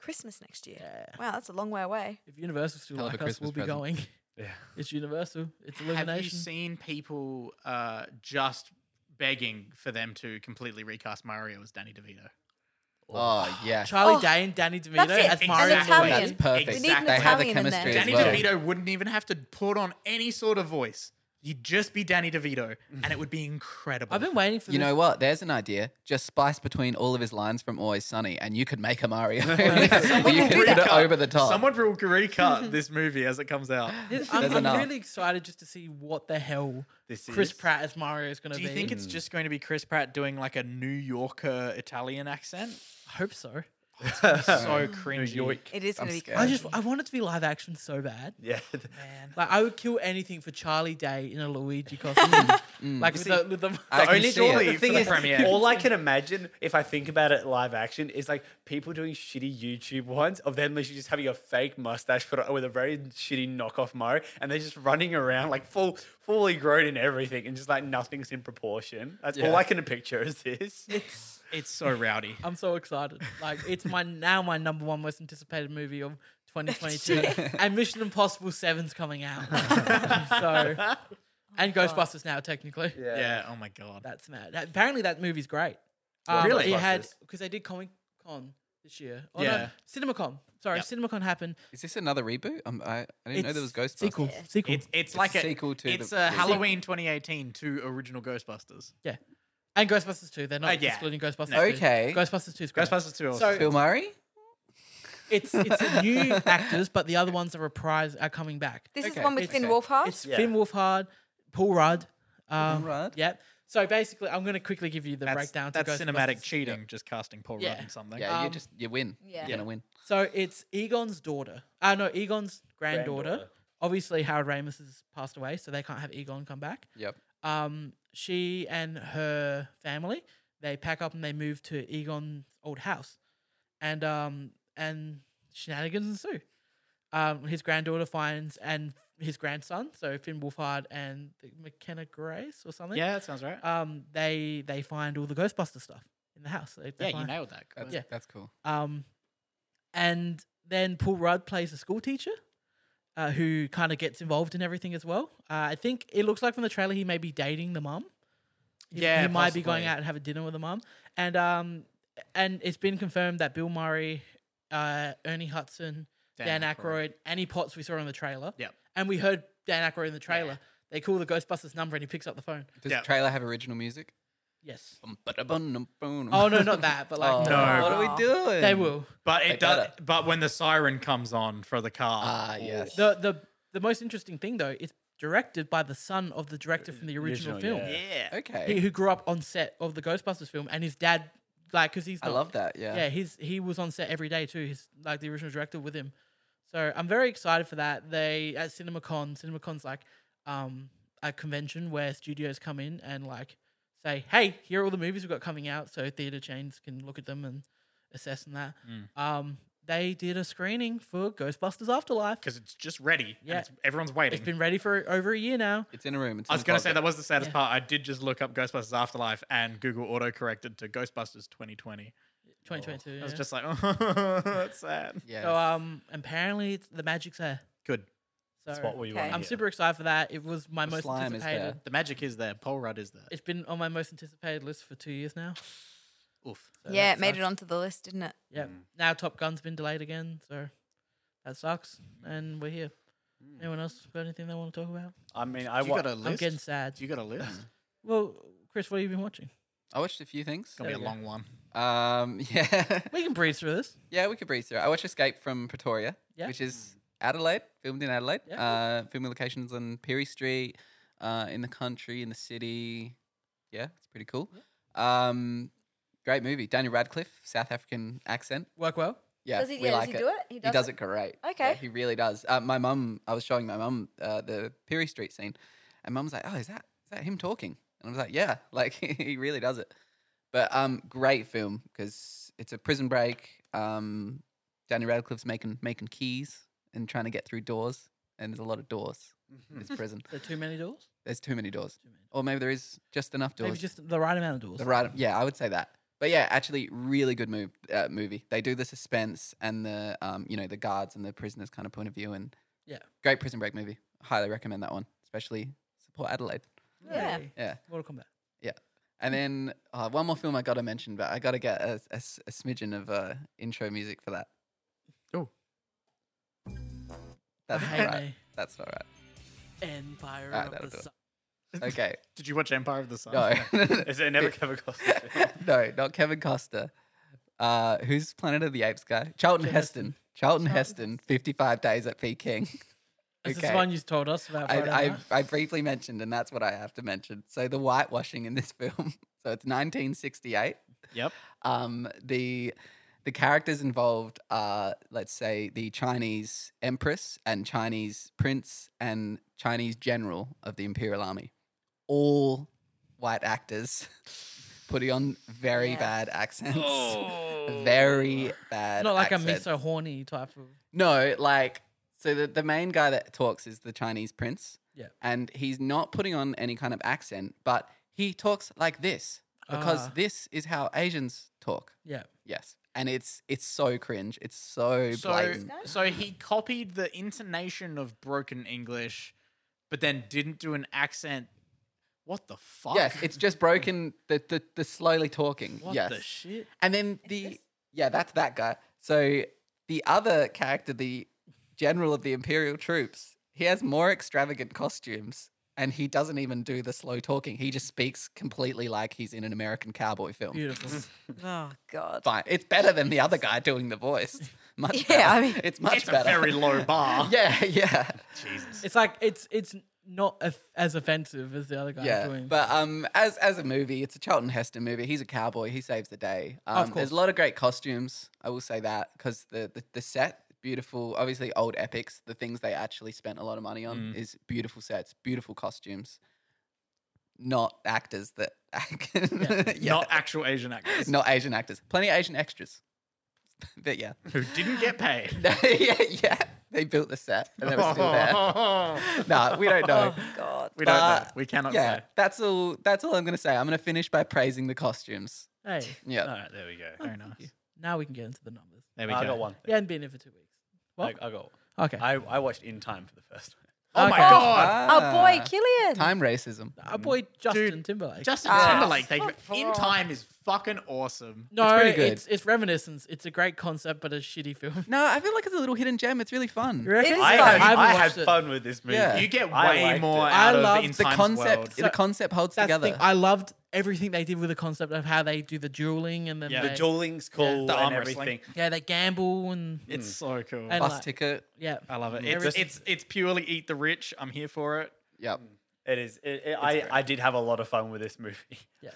C: Christmas next year.
A: Yeah.
C: Wow, that's a long way away.
A: If Universal still
E: Hell of
A: like
E: a
A: us, we'll be
E: Christmas
A: going.
E: present.
A: [LAUGHS]
F: Yeah.
A: It's Universal. It's
D: Have you
A: Illumination.
D: seen people uh, just begging for them to completely recast Mario as Danny DeVito?
E: oh yeah.
A: Charlie
C: Oh,
A: Day and Danny DeVito
C: it.
A: as
C: An
A: Mario and Luigi.
C: Italian.
E: That's perfect.
D: We need an
E: They have
C: Italian
E: the
C: in there.
E: chemistry as
D: Danny
E: well.
D: DeVito wouldn't even have to put on any sort of voice. You'd just be Danny DeVito, and it would be incredible.
A: I've been waiting for
E: You
A: this.
E: know what? There's an idea. Just splice between all of his lines from Always Sunny, and you could make
A: [LAUGHS]
E: a Mario. you [LAUGHS] could put it over the top.
D: Someone will
A: [LAUGHS]
D: recut this movie as it comes out.
A: This- I'm,
E: There's
A: I'm
E: enough.
A: really excited just to see what the hell
F: This
A: Chris
F: is-
A: Pratt as Mario is going to
D: Do
A: be.
D: you think it's just going to be Chris Pratt doing like a New Yorker Italian
E: [LAUGHS]
D: accent?
A: I hope so.
D: So cringy.
C: It is
E: I'm
C: going to be
E: scared.
A: I
E: Yeah.
A: just I want it to be live action so bad.
F: Yeah. [LAUGHS]
A: Like I would kill anything for Charlie Day in a Luigi
E: [LAUGHS]
A: costume. [LAUGHS] Like with the, with the
E: Mm. I can
F: only
E: see it.
F: surely
D: The thing
F: for the
D: is-
F: premiere. All I can imagine if I think about it live action is like people doing shitty YouTube ones of them literally just having a fake mustache put on with a very shitty knockoff Mario and they're just running around like full fully grown in everything and just like nothing's in proportion. That's all I can picture is this.
D: It's so
A: [LAUGHS]
D: rowdy.
A: I'm so excited. Like it's my now my number one most anticipated movie
D: [LAUGHS]
A: of [LAUGHS] 2022, and Mission Impossible 7's coming
D: [LAUGHS]
A: out.
E: Oh,
A: so, and Ghostbusters now technically.
D: Yeah. Oh my god.
A: That's mad. That- Apparently that movie's great. Um,
F: Really?
A: It had
F: Ghostbusters.
A: because they did Comic Con this year. Oh,
D: Yeah.
A: no, CinemaCon. Sorry,
D: Yep.
A: CinemaCon happened.
E: Is this another reboot? Um, I, I didn't know there was Ghostbusters.
A: Sequel. Sequel.
D: It's it's like a
E: sequel to
D: it's
E: the-
D: a
E: yeah.
D: Halloween 2018 to original Ghostbusters.
A: yeah. And Ghostbusters 2. They're not
D: Uh, yeah.
A: excluding Ghostbusters.
E: No.
A: 2.
E: Okay.
A: Ghostbusters 2 is great.
D: Ghostbusters 2.
A: So-
D: Also.
E: Bill Murray.
A: It's it's the
D: [LAUGHS]
A: new actors, but the other ones are reprise are coming back.
C: This is the
E: Okay,
C: one with
E: it's-
C: Finn
E: okay.
C: Wolfhard.
A: It's
F: Yeah.
A: Finn Wolfhard, Paul Rudd. Um,
E: Rudd.
A: Yep. So basically, I'm going to quickly give you the
D: that's,
A: breakdown.
D: that's
A: to
D: cinematic
A: Ghostbusters.
D: cheating, just casting Paul
A: Yeah.
D: Rudd in something.
E: Yeah, you
A: Um,
E: just you win.
C: Yeah.
E: You're gonna win.
A: So it's Egon's daughter. Ah, no, Egon's granddaughter.
F: Granddaughter.
A: Obviously, Harold Ramis has passed away, so they can't have Egon come back.
E: Yep.
A: Um, she and her family they pack up and they move to Egon's old house, and um, and shenanigans ensue. Um, his granddaughter finds and his grandson, so Finn Wolfhard and McKenna Grace or something.
D: Yeah, that sounds right.
A: Um, they they find all the Ghostbuster stuff in the house. They, they
D: yeah, you
A: find-
D: nailed that.
E: That's,
A: Yeah.
E: that's cool.
A: um, and then Paul Rudd plays a school teacher uh, who kind of gets involved in everything as well. Uh, I think it looks like from the trailer he may be dating the mum. He-
D: Yeah,
A: he might be going
D: possibly.
A: out and have a dinner with the mum. And um, and it's been confirmed that Bill Murray, uh, Ernie Hudson, Dan,
D: Dan
A: Aykroyd, Annie Potts we saw in the trailer.
D: Yep.
A: and we heard Dan Aykroyd in the trailer. They call the Ghostbusters number and he picks up the phone.
E: Does
D: Yeah.
E: the trailer have original music?
A: Yes.
E: Bum, ba-da, bum, dum, bum.
A: Oh no, not that, but
D: [LAUGHS]
A: like
E: Oh,
D: No.
E: What are we doing?
A: they will.
D: But
E: They
D: it
E: got
D: does. But when the siren comes on for the car,
E: Ah, yes.
A: Oh. The the the most interesting thing though, it's directed by the son of the director from the original,
F: Original,
A: film,
D: yeah,
E: Okay.
A: he, who grew up on set of the Ghostbusters film, and his dad, like, because he's
E: I
A: not-
E: love that. Yeah.
A: Yeah, he's he was on set every day too. He's like the original director with him, so I'm very excited for that. They at CinemaCon, CinemaCon's like um, a convention where studios come in and like say, hey, here are all the movies we've got coming out, so theater chains can look at them and assess and that.
E: Mm.
A: Um, they did a screening for Ghostbusters Afterlife.
D: because it's just ready.
A: Yeah.
D: Yeah, everyone's waiting.
A: It's been ready for over a year now.
E: It's in a room. It's
D: I
E: in
D: was
E: a
D: going to say
E: closet.
D: that was the saddest part. I did just look up Ghostbusters Afterlife and Google auto corrected to Ghostbusters 2020.
A: 2022.
D: I was
A: yeah.
D: just like, [LAUGHS] oh, that's sad.
E: Yeah.
A: so um apparently it's, the magic's there.
D: Good.
A: So
F: That's what we
C: Okay.
F: want.
A: I'm super excited for that. It was my
E: The
A: most
E: slime is
A: anticipated.
E: there.
D: The magic is there. Paul Rudd is there.
A: It's been on my most anticipated list for two years now.
D: Oof.
A: So
C: yeah,
A: that
C: it made it
A: sucks.
C: onto the list, didn't it?
A: Yeah.
D: Mm.
A: Now Top Gun's been delayed again, so that sucks.
D: Mm.
A: And we're here. Anyone else got anything they want to talk about?
F: I mean, I
D: you
F: wa-
D: got a
A: I'm
D: Mm. list.
A: getting sad.
D: you got a list.
A: Well, Chris, what have you been watching?
E: I watched a few things.
D: It's gonna be a long one.
E: Um, [LAUGHS] yeah.
A: We can breeze through this.
E: Yeah, we could breeze through. it. I watched Escape from Pretoria,
A: Yeah.
E: which is Adelaide, filmed in Adelaide.
A: Yeah.
E: Uh, filming locations on Perry Street, uh, in the country, in the city. Yeah, it's pretty cool. Um, great movie. Daniel Radcliffe, South African accent.
A: Work well.
E: Yeah,
C: Does he-
E: we
C: yeah, does
E: like
C: he do it? He
E: He
C: does
E: does,
C: it?
E: it? great.
C: Okay.
E: Yeah, he really does. Uh, my mum, I was showing my mum uh, the Perry [LAUGHS] Street scene, and mum's like, "Oh, is that is that him talking?" And I was like, "Yeah, like he really does it." But um, great film because it's a prison break. Um, Danny Radcliffe's making making keys and trying to get through doors, and there's a lot of doors in this prison.
A: There are too many doors.
E: There's Mm-hmm. too many doors, or maybe there is just enough doors.
A: Maybe just the right amount of doors.
E: The right, yeah, I would say that. But yeah, actually, really good move, uh, movie. They do the suspense and the, um, you know, the guards and the prisoners kind of point of view, and
A: Yeah.
E: great prison break movie. Highly recommend that one, especially support Adelaide.
C: Yeah.
A: Hey,
E: Yeah,
A: Mortal Kombat.
E: yeah. And then uh, one more film I gotta mention, but I gotta get a, a s- a smidgen of uh, intro music for that.
D: Oh.
E: that's
A: I
E: not
A: hate
E: right.
A: me.
E: That's not [LAUGHS] right.
A: Empire
E: Alright, that'll
A: of the
E: do it.
A: Sun.
E: Okay,
D: Did you watch Empire of the Sun?
E: no,
F: [LAUGHS]
E: [LAUGHS]
F: Is it never Kevin Costner? film?
E: no, not Kevin Costa. Uh, who's Planet of the Apes guy? Charlton Heston. Charlton Heston. Fifty-five days at Peking.
A: Is this the one you told us about? Friday
E: I, I,
A: night?
E: I briefly mentioned, and that's what I have to mention. So the whitewashing in this [LAUGHS] film. So it's 1968.
D: Yep.
E: Um, the the characters involved are, let's say, the Chinese empress and Chinese prince and Chinese general of the imperial army. All white actors [LAUGHS] putting on very
C: Yeah.
E: bad accents. [LAUGHS] Very bad.
A: Not like
E: accents.
A: a miso horny type of.
E: No, like so the, the main guy that talks is the Chinese prince.
A: Yeah.
E: And he's not putting on any kind of accent, but he talks like this because
A: Ah.
E: this is how Asians talk.
A: Yeah.
E: Yes. And it's it's so cringe. It's so,
D: So,
E: blatant.
D: so he copied the intonation of broken English, but then didn't do an accent. What the fuck?
E: Yes, it's just broken the the, the slowly talking.
D: what
E: yes.
D: the shit.
E: And then the yeah, that's that guy. So the other character, the general of the imperial troops, he has more extravagant costumes, and he doesn't even do the slow talking. He just speaks completely like he's in an American cowboy film.
A: Beautiful.
E: [LAUGHS]
C: Oh God.
E: Fine, it's better than the other guy doing
C: [LAUGHS]
E: the voice. Much better.
C: Yeah, I mean-
E: it's much
D: It's a
E: better.
D: very low bar.
E: [LAUGHS] yeah, yeah.
A: it's like it's it's not of- as offensive as the other guy
E: yeah,
A: doing.
E: but um, as as a movie, it's a Charlton Heston movie. He's a cowboy. He saves the day. Um,
A: Of
E: There's a
A: course.
E: lot of great costumes. I will say that because the, the the set, beautiful. Obviously, old epics. The things they actually spent a lot of money on is beautiful sets, beautiful costumes. Not actors that [LAUGHS] [LAUGHS] yeah.
D: Not actual Asian actors
E: not Asian actors. Plenty of Asian extras, but yeah, [LAUGHS]
D: who didn't get paid.
E: yeah, yeah. They built the set and they were still there.
D: [LAUGHS]
E: no, we don't know.
C: Oh God.
D: we don't know.
E: But-
D: We cannot
E: Uh, yeah,
D: say.
E: that's all. That's all I'm gonna say. I'm gonna finish by praising the costumes.
A: hey,
E: [LAUGHS] Yeah.
F: [LAUGHS] All right, there we go.
D: Very nice.
A: now we can get into the numbers.
D: There we
F: I
D: go.
F: got one.
A: You hadn't been here for two weeks.
F: I,
A: What?
F: I got.
A: Okay.
F: I, I watched in time for the first. one.
D: Oh my
A: Okay.
D: god.
C: Oh boy,
E: Ah,
C: Killian.
E: Time racism.
A: Our boy Justin Timberlake.
D: Justin
C: Ah.
D: Timberlake, thank you.
C: Fuck.
D: In Time is fucking awesome.
A: no,
E: pretty
A: it's,
E: good.
A: it's reminiscence. It's a great concept, but a shitty film. [LAUGHS]
E: No, I feel like it's a little hidden gem. It's really fun.
A: You reckon?
C: is
F: I
C: fun.
A: haven't
F: had, I
A: watched
F: had
A: it.
F: fun with this movie.
E: Yeah.
D: You get
F: I
D: way
F: liked
D: more out
F: it.
A: I
D: of
A: loved
D: In
E: The
D: Time's
E: concept,
D: world.
E: the concept holds
A: That's the
E: together.
A: thing. I loved everything they did with the concept of how they do the dueling and then
D: Yeah.
A: they,
F: The dueling's cool
D: The arm
F: and
D: wrestling.
F: everything.
A: yeah they gamble and
D: It's so cool.
A: And-
E: Bus
A: like-
E: ticket.
A: yeah.
D: I love it.
A: Every-
D: It's, it's it's purely eat the rich. I'm here for it.
E: Yep.
F: It is. It, it, I, I did have a lot of fun with this movie. [LAUGHS]
A: Yeah.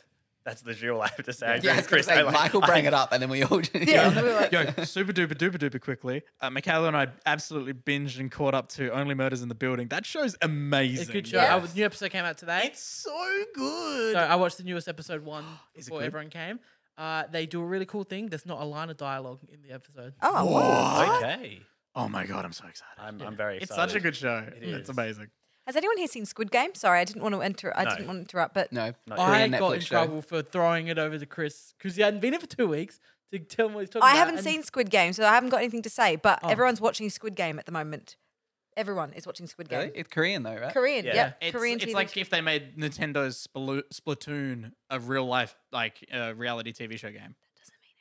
F: That's the real I have to say. I agree [LAUGHS]
E: Yeah, I was
F: with
E: gonna
F: Chris.
E: say,
F: I like-
E: Michael
F: I- [LAUGHS]
E: bring it up, and then we all.
C: [LAUGHS]
E: [LAUGHS]
C: Yeah, we were like-
D: [LAUGHS] Yo, super duper duper duper quickly. Uh, Michaela and I absolutely binged and caught up to Only Murders in the Building. That show's amazing.
A: It's a good show.
C: Yes.
A: I was, new episode came out today.
D: It's so good.
A: So I watched the newest episode
E: [GASPS]
A: one
D: Is it
A: before
D: good?
A: everyone came. Uh, they do a really cool thing. There's not a line of dialogue in the episode.
C: Oh. what?
F: Okay.
D: oh my god, I'm so excited.
F: I'm, I'm very
D: It's
F: excited.
D: such a good show.
F: It
D: It's
F: is.
D: amazing.
C: Has anyone here seen Squid Game? Sorry, I didn't want to enter. I
F: No.
C: didn't want to interrupt, but
E: no,
A: I
E: Korean
A: got in
E: Netflix show.
A: trouble for throwing it over to Chris because he hadn't been here for two weeks to tell me what he's talking
C: I
A: about,
C: haven't
A: and-
C: seen Squid Game, so I haven't got anything to say. But
A: Oh.
C: everyone's watching Squid Game at the moment. Everyone is watching Squid Game.
E: Really? It's Korean though, right?
C: Korean,
F: Yeah.
C: yeah.
D: It's,
C: Korean
D: it's
C: TV
D: like if they made Nintendo's Splo- Splatoon a real life like uh, reality TV show game.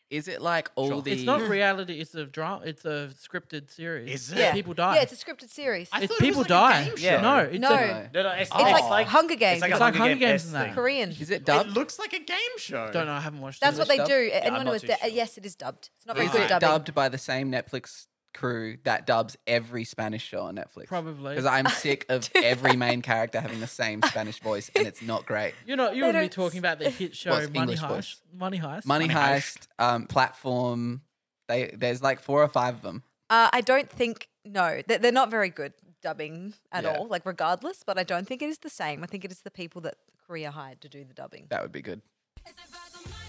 E: Is it like all the?
A: It's not reality. It's a drama. It's a scripted series.
D: Is
A: that
D: it? Yeah.
A: People die.
C: Yeah, it's a scripted series.
D: I
A: It's
D: thought it
A: people
D: was like a
A: die.
D: game
F: Yeah.
D: show.
A: No, it's
C: No.
A: A,
F: No, no, it's,
C: Oh. it's like Hunger
F: It's
C: Games.
F: like,
A: It's
F: a
A: like Hunger Games
F: Games
A: and that.
F: thing.
C: Korean.
E: Is it
D: It
E: dubbed?
D: looks like a game show.
A: don't know. I haven't watched.
C: That's
A: it.
C: what they
E: dubbed?
C: do. Anyone
F: I'm
C: who
F: not
C: was
F: too
C: there,
F: sure.
C: yes, it is dubbed. It's not very
E: is
C: good
E: it
C: dubbing.
E: dubbed by the same Netflix crew that dubs every Spanish show on Netflix?
A: Probably.
E: Because I'm sick
C: [LAUGHS]
E: of every main character having the same Spanish voice, and it's not
C: [LAUGHS]
E: great.
A: You know, you
C: They
A: would be
C: don't
A: talking about the
C: [LAUGHS]
A: hit show
E: What's
A: Money
E: English
A: Heist.
E: voice?
A: Money Heist.
E: Money,
D: Money
E: Heist, Um, platform. They there's like four or five of them.
C: Uh, I don't think, no, they're, they're not very good dubbing at
E: Yeah.
C: all, like regardless, but I don't think it is the same. I think it is the people that Korea hired to do the dubbing.
E: That would be good.
G: It's about the money,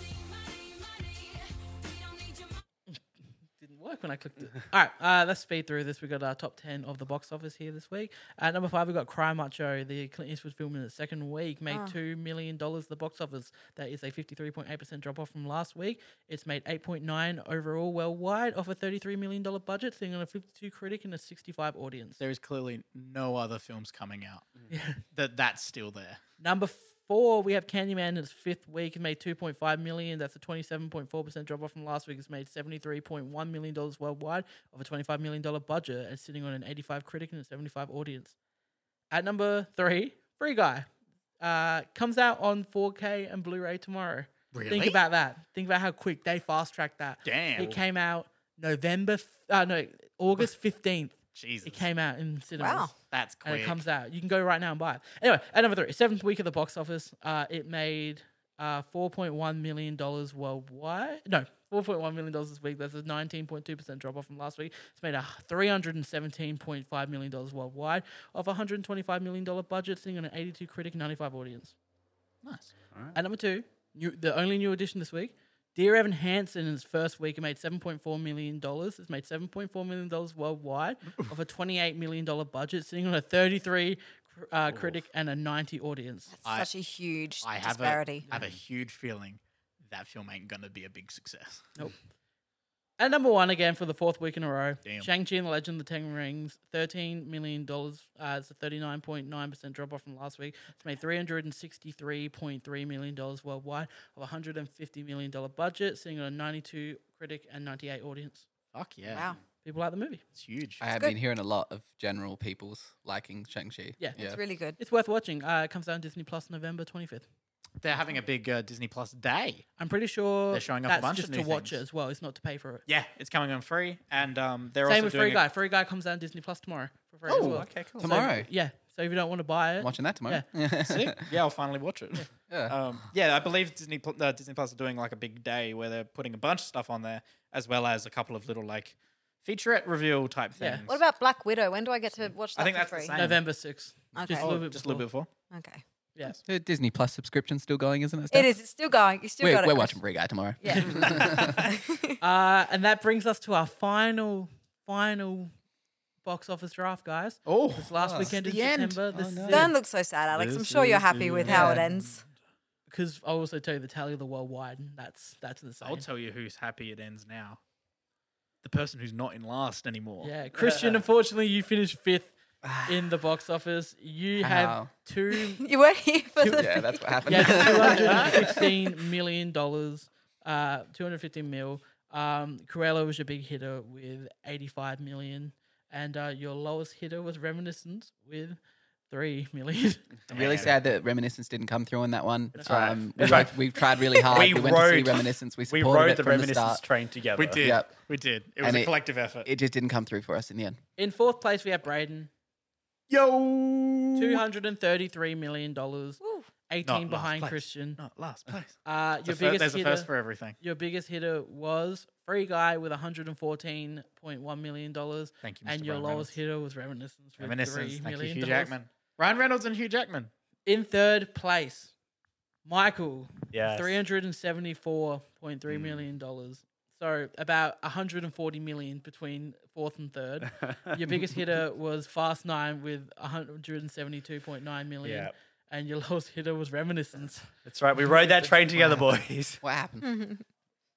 A: work when I clicked it. [LAUGHS] All right, uh, let's speed through this. We got our top ten of the box office here this week. At number five, we got Cry Macho, the Clint Eastwood film in the second week, made two million dollars. The box office that is a fifty-three point eight percent drop off from last week. It's made eight point nine overall, well wide off a thirty-three million dollar budget, sitting on a fifty-two critic and a sixty-five audience.
D: There is clearly no other films coming out [LAUGHS] that that's still there.
A: Number four, we have Candyman in its fifth week. It made 2.5 million. That's a 27.4% drop off from last week. It's made $73.1 million worldwide of a $25 million budget and sitting on an 85 critic and a 75 audience. At number three, Free Guy. Uh, comes out on 4K and Blu ray tomorrow. Think
D: Really?
A: about that. Think about how quick they fast tracked that.
D: Damn.
A: It came out November, f- uh, no, August 15th.
D: Jesus,
A: It came out in cinemas
C: Wow.
D: that's quick.
A: and it comes out. You can go right now and buy it. Anyway, at number three, seventh week of the box office, uh, it made uh, four point one million dollars worldwide. No, four point one million dollars this week. That's a nineteen point two percent drop off from last week. It's made a three hundred and seventeen point five million dollars worldwide of a hundred and twenty five million dollar budget, sitting on an eighty two critic, ninety five audience.
D: nice.
A: At number two, new, the only new addition this week, Dear Evan Hansen in his first week it made $7.4 million. It's made $7.4 million worldwide of a $28 million budget, sitting on a 33 cr- uh, critic and a 90 audience.
D: I-
C: Such a huge
D: I have a,
C: disparity.
D: have a huge feeling that film ain't gonna be a big success.
A: At number one again for the fourth week in a row,
D: Damn.
A: Shang-Chi and the Legend of the Ten Rings, $13 million. Uh, it's a 39.9% drop off from last week. It's made $363.3 million worldwide of a $150 million budget, sitting on a 92 critic and 98 audience.
D: Fuck yeah,
C: Wow.
A: People like the movie.
D: it's huge.
E: I have
C: good.
E: been hearing a lot of general people's liking Shang-Chi.
A: Yeah.
C: It's really good.
A: It's worth watching. Uh, it comes out on Disney Plus November 25th.
D: They're having a big uh, Disney Plus day.
A: I'm pretty sure
D: They're showing off a
A: that's
D: bunch of
A: just
D: new
A: to watch
D: things.
A: it as well. It's not to pay for it.
D: Yeah, it's coming on free, and um, they're
A: Same
D: also
A: with
D: doing
A: Free
D: a-
A: Guy. Free Guy comes out on Disney Plus tomorrow for free as
D: Oh,
A: well.
D: okay, cool.
E: Tomorrow.
A: Yeah. So if you don't want to buy it,
E: I'm watching that tomorrow. [LAUGHS]
D: [LAUGHS] Sick. yeah, I'll finally watch it.
E: Yeah.
D: Um, [LAUGHS] yeah, I believe Disney Pl- uh, Disney Plus are doing like a big day where they're putting a bunch of stuff on there, as well as a couple of little like featurette reveal type
A: Yeah.
D: things.
C: What about Black Widow? When do I get to watch that
D: I think
C: for
D: that's the
C: free?
D: same.
A: November 6th.
C: Okay.
D: Oh,
A: little bit
D: just a little bit before.
C: Okay.
E: Uh, Disney Plus subscription still going, isn't it? Steph?
C: It is. It's still going. You still
E: We're,
C: got it.
E: we're
C: Chris.
E: watching Free Guy tomorrow.
C: Yeah. [LAUGHS]
A: Uh, and that brings us to our final, final box office draft, guys.
D: Oh,
A: This last weekend in
D: the end. Oh,
A: September. This is
C: Don't look so sad, Alex. I'm sure you're happy with how it ends. [LAUGHS]
A: Because I'll also tell you the tally of the worldwide. and That's that's the same.
D: I'll tell you who's happy it ends now. The person who's not in last anymore.
A: Yeah, Christian. unfortunately, you finished
D: [SIGHS]
A: fifth in the box office. You have
E: How?
A: two
C: You weren't here for the.
E: [LAUGHS] [LAUGHS]
C: [LAUGHS]
E: Yeah, that's what happened.
A: Yeah, two hundred and fifteen million dollars. Uh, two hundred fifteen mil. Um, Cruella was your big hitter with eighty-five million, and uh, your lowest hitter was Reminiscence with three million. [LAUGHS]
E: I'm [LAUGHS] really sad that Reminiscence didn't come through on that one. Um, we
F: That's
E: both-
F: right.
E: we've tried really
F: [LAUGHS]
E: hard.
F: We
E: We, went to see
F: rode-
E: Reminiscence. We
F: We
E: supported
F: rode
E: it
F: the
E: from the
F: reminiscence
E: start.
F: train together.
D: we did.
E: Yep.
D: We did. It was
E: And
D: a
E: it-
D: collective effort.
E: It just didn't come through for us in the end.
A: In fourth place, we have Braden,
D: Yo,
A: two hundred and thirty-three million dollars, eighteen
D: Not last
A: behind
D: place.
A: Christian.
D: Not last place.
A: Uh,
D: It's
A: your
D: a fir-
A: biggest
D: there's a
A: hitter.
D: first for everything.
A: your biggest hitter was Free Guy with $114.1 million.
D: Thank you, Mr.
A: And your
D: Ryan
A: lowest
D: Reynolds.
A: hitter was Reminiscence with
D: Reminiscence.
A: $3
D: Thank you,
A: million.
D: Hugh Jackman. Ryan Reynolds and Hugh Jackman.
A: In third place, Michael,
F: Yes. Mm.
A: $374.3 million. So about 140 million between fourth and
F: [LAUGHS]
A: third. Your biggest hitter was Fast Nine with 172.9 million,
F: Yeah.
A: and your lowest hitter was Reminiscence.
F: That's right. We rode that train together, boys.
E: What happened?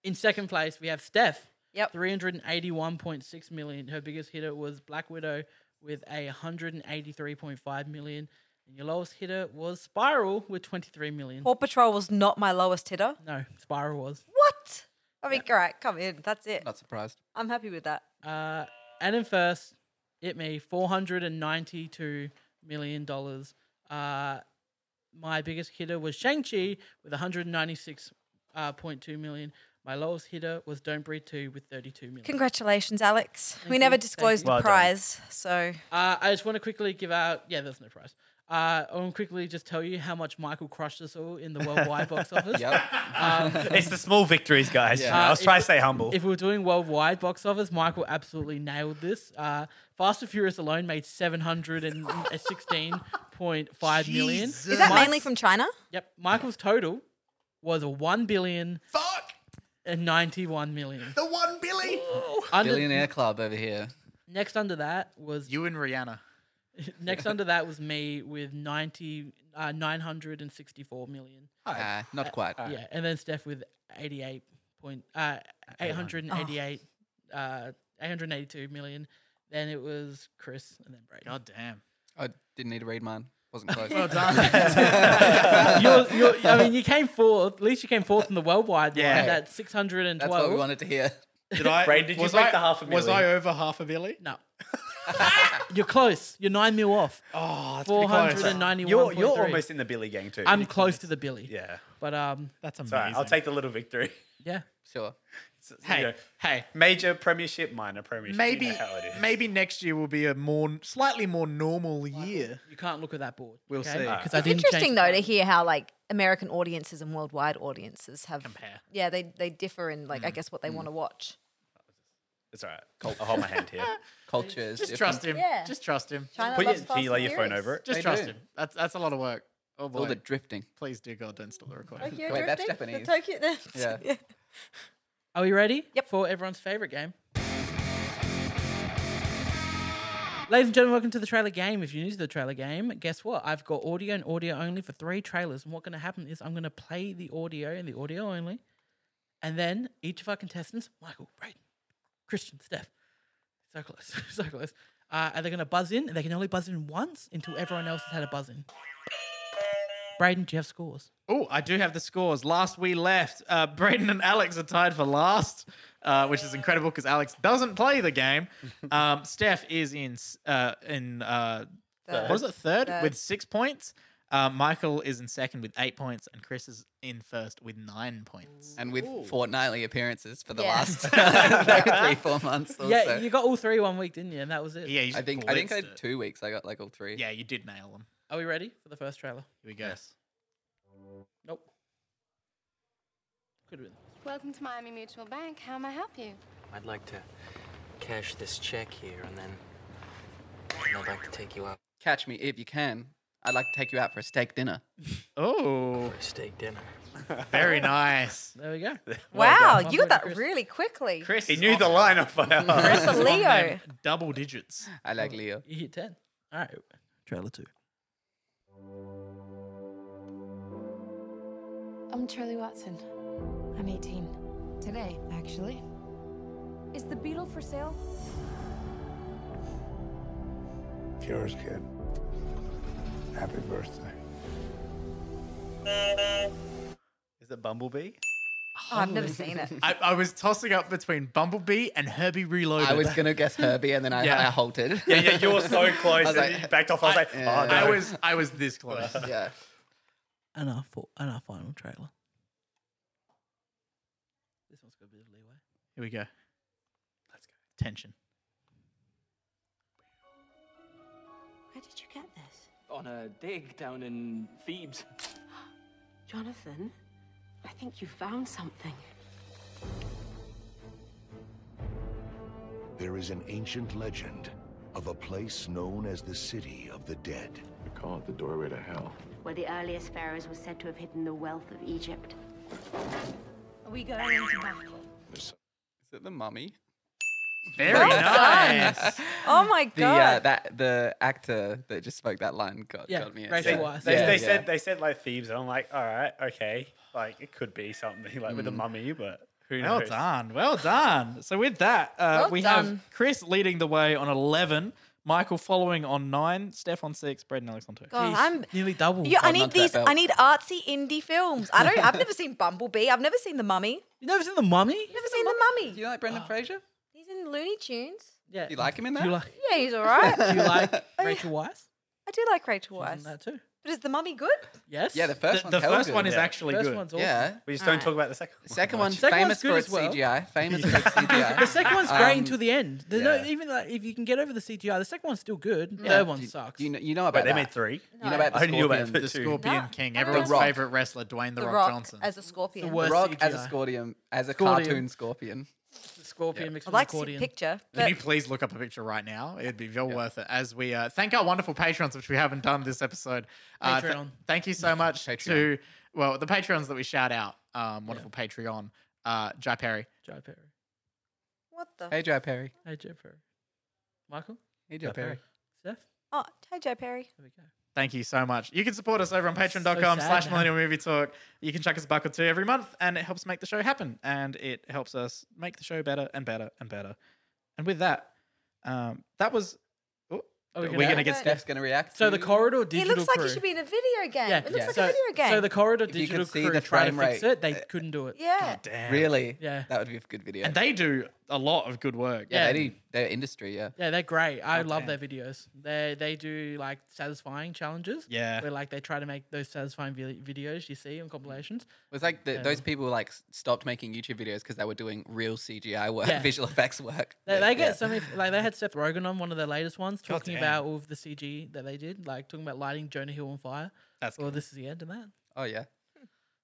A: In second place, we have Steph,
C: Yep.
A: 381.6 million. Her biggest hitter was Black Widow with a 183.5 million. And your lowest hitter was Spiral with 23 million.
C: Paw Patrol was not my lowest hitter.
A: No, Spiral was.
C: What? I mean, all right, come in. That's it.
E: Not surprised.
C: I'm happy with that.
A: Uh, and in first, it me, $492 million. Uh, my biggest hitter was Shang-Chi with 196.2 uh, million. My lowest hitter was Don't Breathe 2 with 32 million.
C: Congratulations, Alex. we never disclosed
F: Well
C: the
F: done.
C: prize, so
A: Uh, I just want to quickly give out. Yeah, there's no price. Uh, I want to quickly just tell you how much Michael crushed us all in the worldwide box office.
D: [LAUGHS]
E: Yep.
F: it's the small victories, guys. You know, I was
A: Uh,
F: trying
A: if-
F: to stay humble. [LAUGHS]
A: If we were doing worldwide box office, Michael absolutely nailed this. Uh, Fast and Furious alone made seven hundred and sixteen point five million.
C: is that mainly from China?
A: Yep, Michael's total was a one billion. Fuck. and 91 million.
D: The one Billy.
A: Under-
E: Billionaire Club over here.
A: next under that was
D: You and Rihanna.
A: [LAUGHS] next under that was me with 90 uh, 964 million.
E: Uh, not quite.
A: Yeah, and then Steph with 88 point uh 888 uh 882 million. Then it was Chris and then Brady.
D: God damn.
E: I didn't need to read mine. Wasn't
D: [LAUGHS]
E: close.
D: Well done.
A: [LAUGHS] You're, you're, I mean, you came fourth. At least you came fourth in the worldwide. Yeah,
D: Yeah.
A: one, that's 612.
E: That's what we wanted to hear.
D: did I?
F: Brad, did you
D: was
F: make
D: I-
F: the half a
D: Was
F: million?
D: I over half a Billy?
E: [LAUGHS]
A: No. You're close. You're nine mil off.
D: Oh, that's pretty
A: Four
D: close.
A: hundred and ninety-one.
F: You're you're almost in the Billy gang too.
A: I'm close to the Billy.
F: yeah.
A: But um,
D: That's amazing.
F: Sorry, I'll take the little victory. [LAUGHS]
A: yeah.
E: Sure.
F: So, you
D: Hey,
F: know,
D: hey.
F: major premiership, minor premiership. you
D: Maybe,
F: know how it is.
D: maybe next year will be a more slightly more normal year.
A: You can't look at that board.
D: We'll see.
A: Because I
C: It's
A: didn't
C: interesting
A: change-
C: though to hear how like American audiences and worldwide audiences have
D: Compare.
C: Yeah, they they differ in like I guess what they want to watch.
F: It's all right. I'll hold my hand here.
E: Cultures.
D: Just trust him.
C: Yeah.
D: Just trust him.
C: China
F: Put your,
C: loves
F: can you lay your phone over it?
D: Just
E: They
D: trust
E: do.
D: him. That's that's a lot of work. Oh boy.
E: All the drifting.
D: Please, dear God, don't stop the recording.
C: Tokyo
E: Wait, that's
C: drifting? The
E: Japanese.
C: Tokyo.
E: Yeah.
C: [LAUGHS] yeah.
A: Are we ready?
C: Yep.
A: For everyone's favorite game. Ladies and gentlemen, welcome to the trailer game. If you're new to the trailer game, guess what? I've got audio and audio only for three trailers. And what's going to happen is I'm going to play the audio and the audio only. And then each of our contestants, Michael, Brayden, Christian, Steph, so close, [LAUGHS] so close, uh, are they going to buzz in? And they can only buzz in once until everyone else has had a buzz in. Brayden, do you have scores?
D: Oh, I do have the scores. Last we left, uh, Braden and Alex are tied for last, uh, which is incredible because Alex doesn't play the game.
F: [LAUGHS]
D: Um, Steph is in s- uh, in uh, what is it third,
C: Third.
D: with six points. Uh, Michael is in second with eight points, and Chris is in first with nine points.
E: And with fortnightly appearances for the
C: Yeah.
E: last [LAUGHS] like, three, four months or
A: yeah,
E: so.
A: you got all three one week, didn't you? And that was it.
D: Yeah, you
E: I
D: just
E: think I think
D: blitzed
E: I
D: it.
E: had two weeks. I got like all three.
D: Yeah, you did nail them.
A: Are we ready for the first trailer?
D: Here we go.
A: Nope. Could have been.
G: Welcome to Miami Mutual Bank. How may I help you?
H: I'd like to cash this check here and then and I'd like to take you out
E: Catch me if you can. I'd like to take you out for a steak dinner.
D: Oh,
H: for a steak dinner.
D: very nice.
A: There
E: [LAUGHS]
A: we go.
C: Wow,
A: done.
C: you got that
A: Chris.
C: really quickly.
D: Chris,
F: He knew the line off by heart.
C: That's a
D: on them
C: Leo.
D: double digits.
E: I like Leo.
A: You hit 10. All right. Trailer two.
G: I'm Charlie Watson. I'm 18. Today, actually.
I: Is the beetle for sale?
J: Yours, kid. Happy birthday.
F: Is it Bumblebee?
C: Oh, I've never seen it.
D: I, I was tossing up between Bumblebee and Herbie Reloaded.
E: I was gonna guess Herbie, and then I,
D: Oh. Yeah.
E: I halted.
F: Yeah,
E: [LAUGHS]
F: yeah, you were so close.
E: was
F: and
E: like-
F: you backed off. I was like,
E: Yeah.
F: oh, no.
D: I was I was this
E: [LAUGHS]
D: close.
E: yeah.
A: And our, four, and our final trailer. This one's got a bit of leeway.
D: Here we go. Let's go. Tension.
G: Where did you get this?
H: On a dig down in Thebes.
G: Jonathan, I think you found something.
J: There is an ancient legend of a place known as the City of the Dead.
K: We call it the doorway to hell.
G: Where the earliest pharaohs were said to have hidden the wealth of Egypt. Are we going into battle?
E: Is it the mummy?
D: Very
C: Well
D: nice.
C: Oh my god.
E: The uh, that the actor that just spoke that line got,
A: Yeah,
E: got me.
A: Rachel
F: They,
E: Yeah.
A: Weisz.
F: they,
E: Yeah,
F: they
E: yeah.
F: said they said like Thebes, and I'm like, all right, okay, like it could be something like with a mummy, but who
D: well
F: knows?
D: done. Well done. So with that, uh,
C: Well
D: we have
C: done.
D: Chris leading the way on eleven, Michael following on nine, Steph on six, Brad and Alex on two.
C: God,
A: Jeez,
C: I'm.
A: nearly double.
C: You, I
E: Hold on
C: need
E: to that
C: these.
E: belt.
C: I need artsy indie films. I don't. I've never seen Bumblebee. I've never seen The Mummy.
A: you never seen The Mummy?
C: Never seen The Mummy.
E: Do you like
A: Oh.
E: Brendan Fraser?
C: He's in Looney Tunes.
A: Yeah.
E: Do you like him in that?
A: Do you like,
C: Yeah, he's all right. [LAUGHS]
A: do you like Rachel Weisz?
C: I do like Rachel
A: She's in
C: Oh,
A: that
C: Weisz.
A: too.
C: But is The Mummy good?
A: Yes.
E: yeah, the
D: The,
E: first one.
D: the first one is
F: Yeah.
D: actually
A: First
D: good.
A: one's awesome.
E: Yeah.
F: We just don't
C: Alright.
F: talk about the second.
E: The second
F: one.
E: one's
A: Second one's
E: famous
A: good
E: for its
A: as well.
E: CGI.
A: [LAUGHS]
E: Famous for its
A: [LAUGHS]
E: CGI.
A: The second one's great
E: Um,
A: until the end. There's
F: yeah.
A: no even like if you can get over the CGI. The second one's still good.
E: Yeah.
A: Third one
E: Do you-
A: sucks.
E: You know, you know about
F: Wait, they
E: that.
F: made three.
E: You know about the
F: I knew about
E: Scorpion.
F: the
E: the
F: two.
E: Scorpion.
D: Scorpion
C: No,
D: King,
C: I don't
D: everyone's
E: know.
D: favorite wrestler, Dwayne the,
C: The
D: Rock,
C: Rock
D: Johnson.
C: as a scorpion.
A: The worst.
E: Rock as a
A: CGI.
E: scorpion, as a
A: Scorpion.
E: cartoon scorpion.
A: the scorpion mixed
C: I'd
A: with
C: like to see a
A: accordion.
C: picture.
D: Can
C: But
D: you please look up a picture right now? It'd be well worth it. As we uh, thank our wonderful patrons, which we haven't done this episode. Uh, th-
A: Patreon.
C: [LAUGHS]
D: thank you so much
E: Patreon.
D: to well the patrons that we shout out. Um, wonderful Patreon. Uh, Jai Perry.
A: Jai Perry.
C: What the?
E: Hey, Joe Perry.
A: Hey, Joe Perry. Michael?
E: Hey, Joe
A: Joe
E: Perry.
A: Perry. Seth?
C: Oh, hey, Joe Perry.
A: There we go.
D: Thank you so much. You can support us over on
A: That's so
D: patreon.com
A: sad
D: slash
A: now.
D: millennial movie talk. You can chuck us a buck or two every month, and it helps make the show happen. And it helps us make the show better and better and better. And with that, um, that was.
A: Are
D: Oh,
A: we
D: we're
A: gonna-
D: going to get.
E: Steph's gonna react.
A: So the
E: to-
A: corridor
C: He
A: digital
C: looks like
A: crew.
C: he should be in a video game.
A: Yeah,
C: it looks
E: yeah.
C: like
A: so,
C: a video game.
A: So the corridor
E: If you could
A: digital
E: see
A: crew
E: the
A: tried to
E: frame
A: fix
E: rate, uh,
A: it. They couldn't do it.
C: yeah.
D: Oh, Damn.
E: Really?
A: Yeah.
E: That would be a good video.
D: And they do a lot of good work.
E: yeah,
A: yeah.
E: they do. Their industry, yeah.
A: Yeah, they're great. I love
D: damn.
A: their videos. They they do like satisfying challenges.
D: Yeah.
A: Where like they try to make those satisfying vi- videos you see on compilations.
E: It was like the,
A: Yeah.
E: those people like s- stopped making YouTube videos because they were doing real CGI work,
A: Yeah.
E: visual effects work.
A: They, they get
E: Yeah.
A: something like they had Seth Rogen on one of their latest ones
D: God
A: talking
D: damn.
A: about all of the CG that they did, like talking about lighting Jonah Hill on fire.
D: That's
A: Well,
D: cool.
A: this is the end of that.
E: Oh yeah.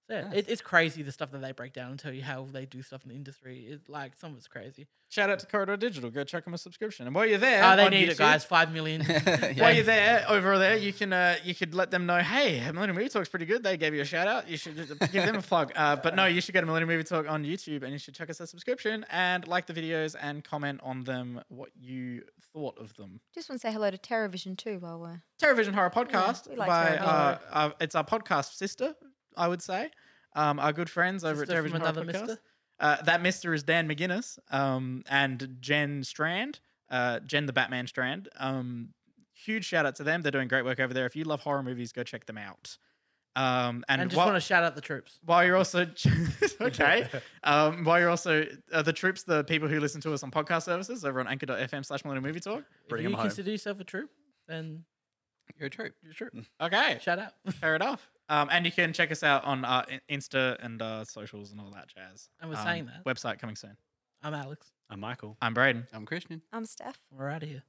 A: So yeah,
E: Nice.
A: it, it's crazy the stuff that they break down and tell you how they do stuff in the industry. It, like some of it's crazy.
D: Shout out to Corridor Digital. Go check them a subscription. And while you're there,
A: Ah, they
D: on
A: need
D: YouTube,
A: it, guys. Five
E: [LAUGHS]
A: million.
E: yeah.
D: While you're there, over there, you can uh, you could let them know, hey, Millennium Movie Talk's pretty good. They gave you a shout out. You should just give them a plug. Uh, but no, you should go to Millennium Movie Talk on YouTube and you should check us a subscription and like the videos and comment on them what you thought of them.
C: Just want to say hello to TerraVision too while we're.
D: Terrorvision Horror Podcast
C: we like
D: by
C: Terrorvision.
D: uh, uh, it's our podcast sister, I would say. Um, our good friends over
A: Sister
D: at
A: from
D: Terrorvision Horror
A: another
D: Podcast.
A: mister?
D: Uh, that mister is Dan McGuinness um, and Jen Strand, uh, Jen the Batman Strand. Um, huge shout out to them. They're doing great work over there. If you love horror movies, go check them out. Um, and
A: and just
D: while-
A: want to shout out the troops.
D: while
A: [LAUGHS]
D: you're also [LAUGHS] okay, um, while you're also uh, the troops, the people who listen to us on podcast services over on anchor.fm slash millennial movie talk.
A: If
F: Bring
A: you
F: 'em home.
A: consider yourself a troop, then
E: You're a troop.
A: you're a troop.
D: Okay,
A: Shout out. [LAUGHS]
D: Fair enough. Um, and you can check us out on uh, in- Insta and uh, socials and all that jazz.
A: And we're
D: Um,
A: saying that.
D: Website coming soon.
A: I'm Alex.
F: I'm Michael.
D: I'm Braden.
E: I'm Christian.
C: I'm Steph.
A: We're out of here.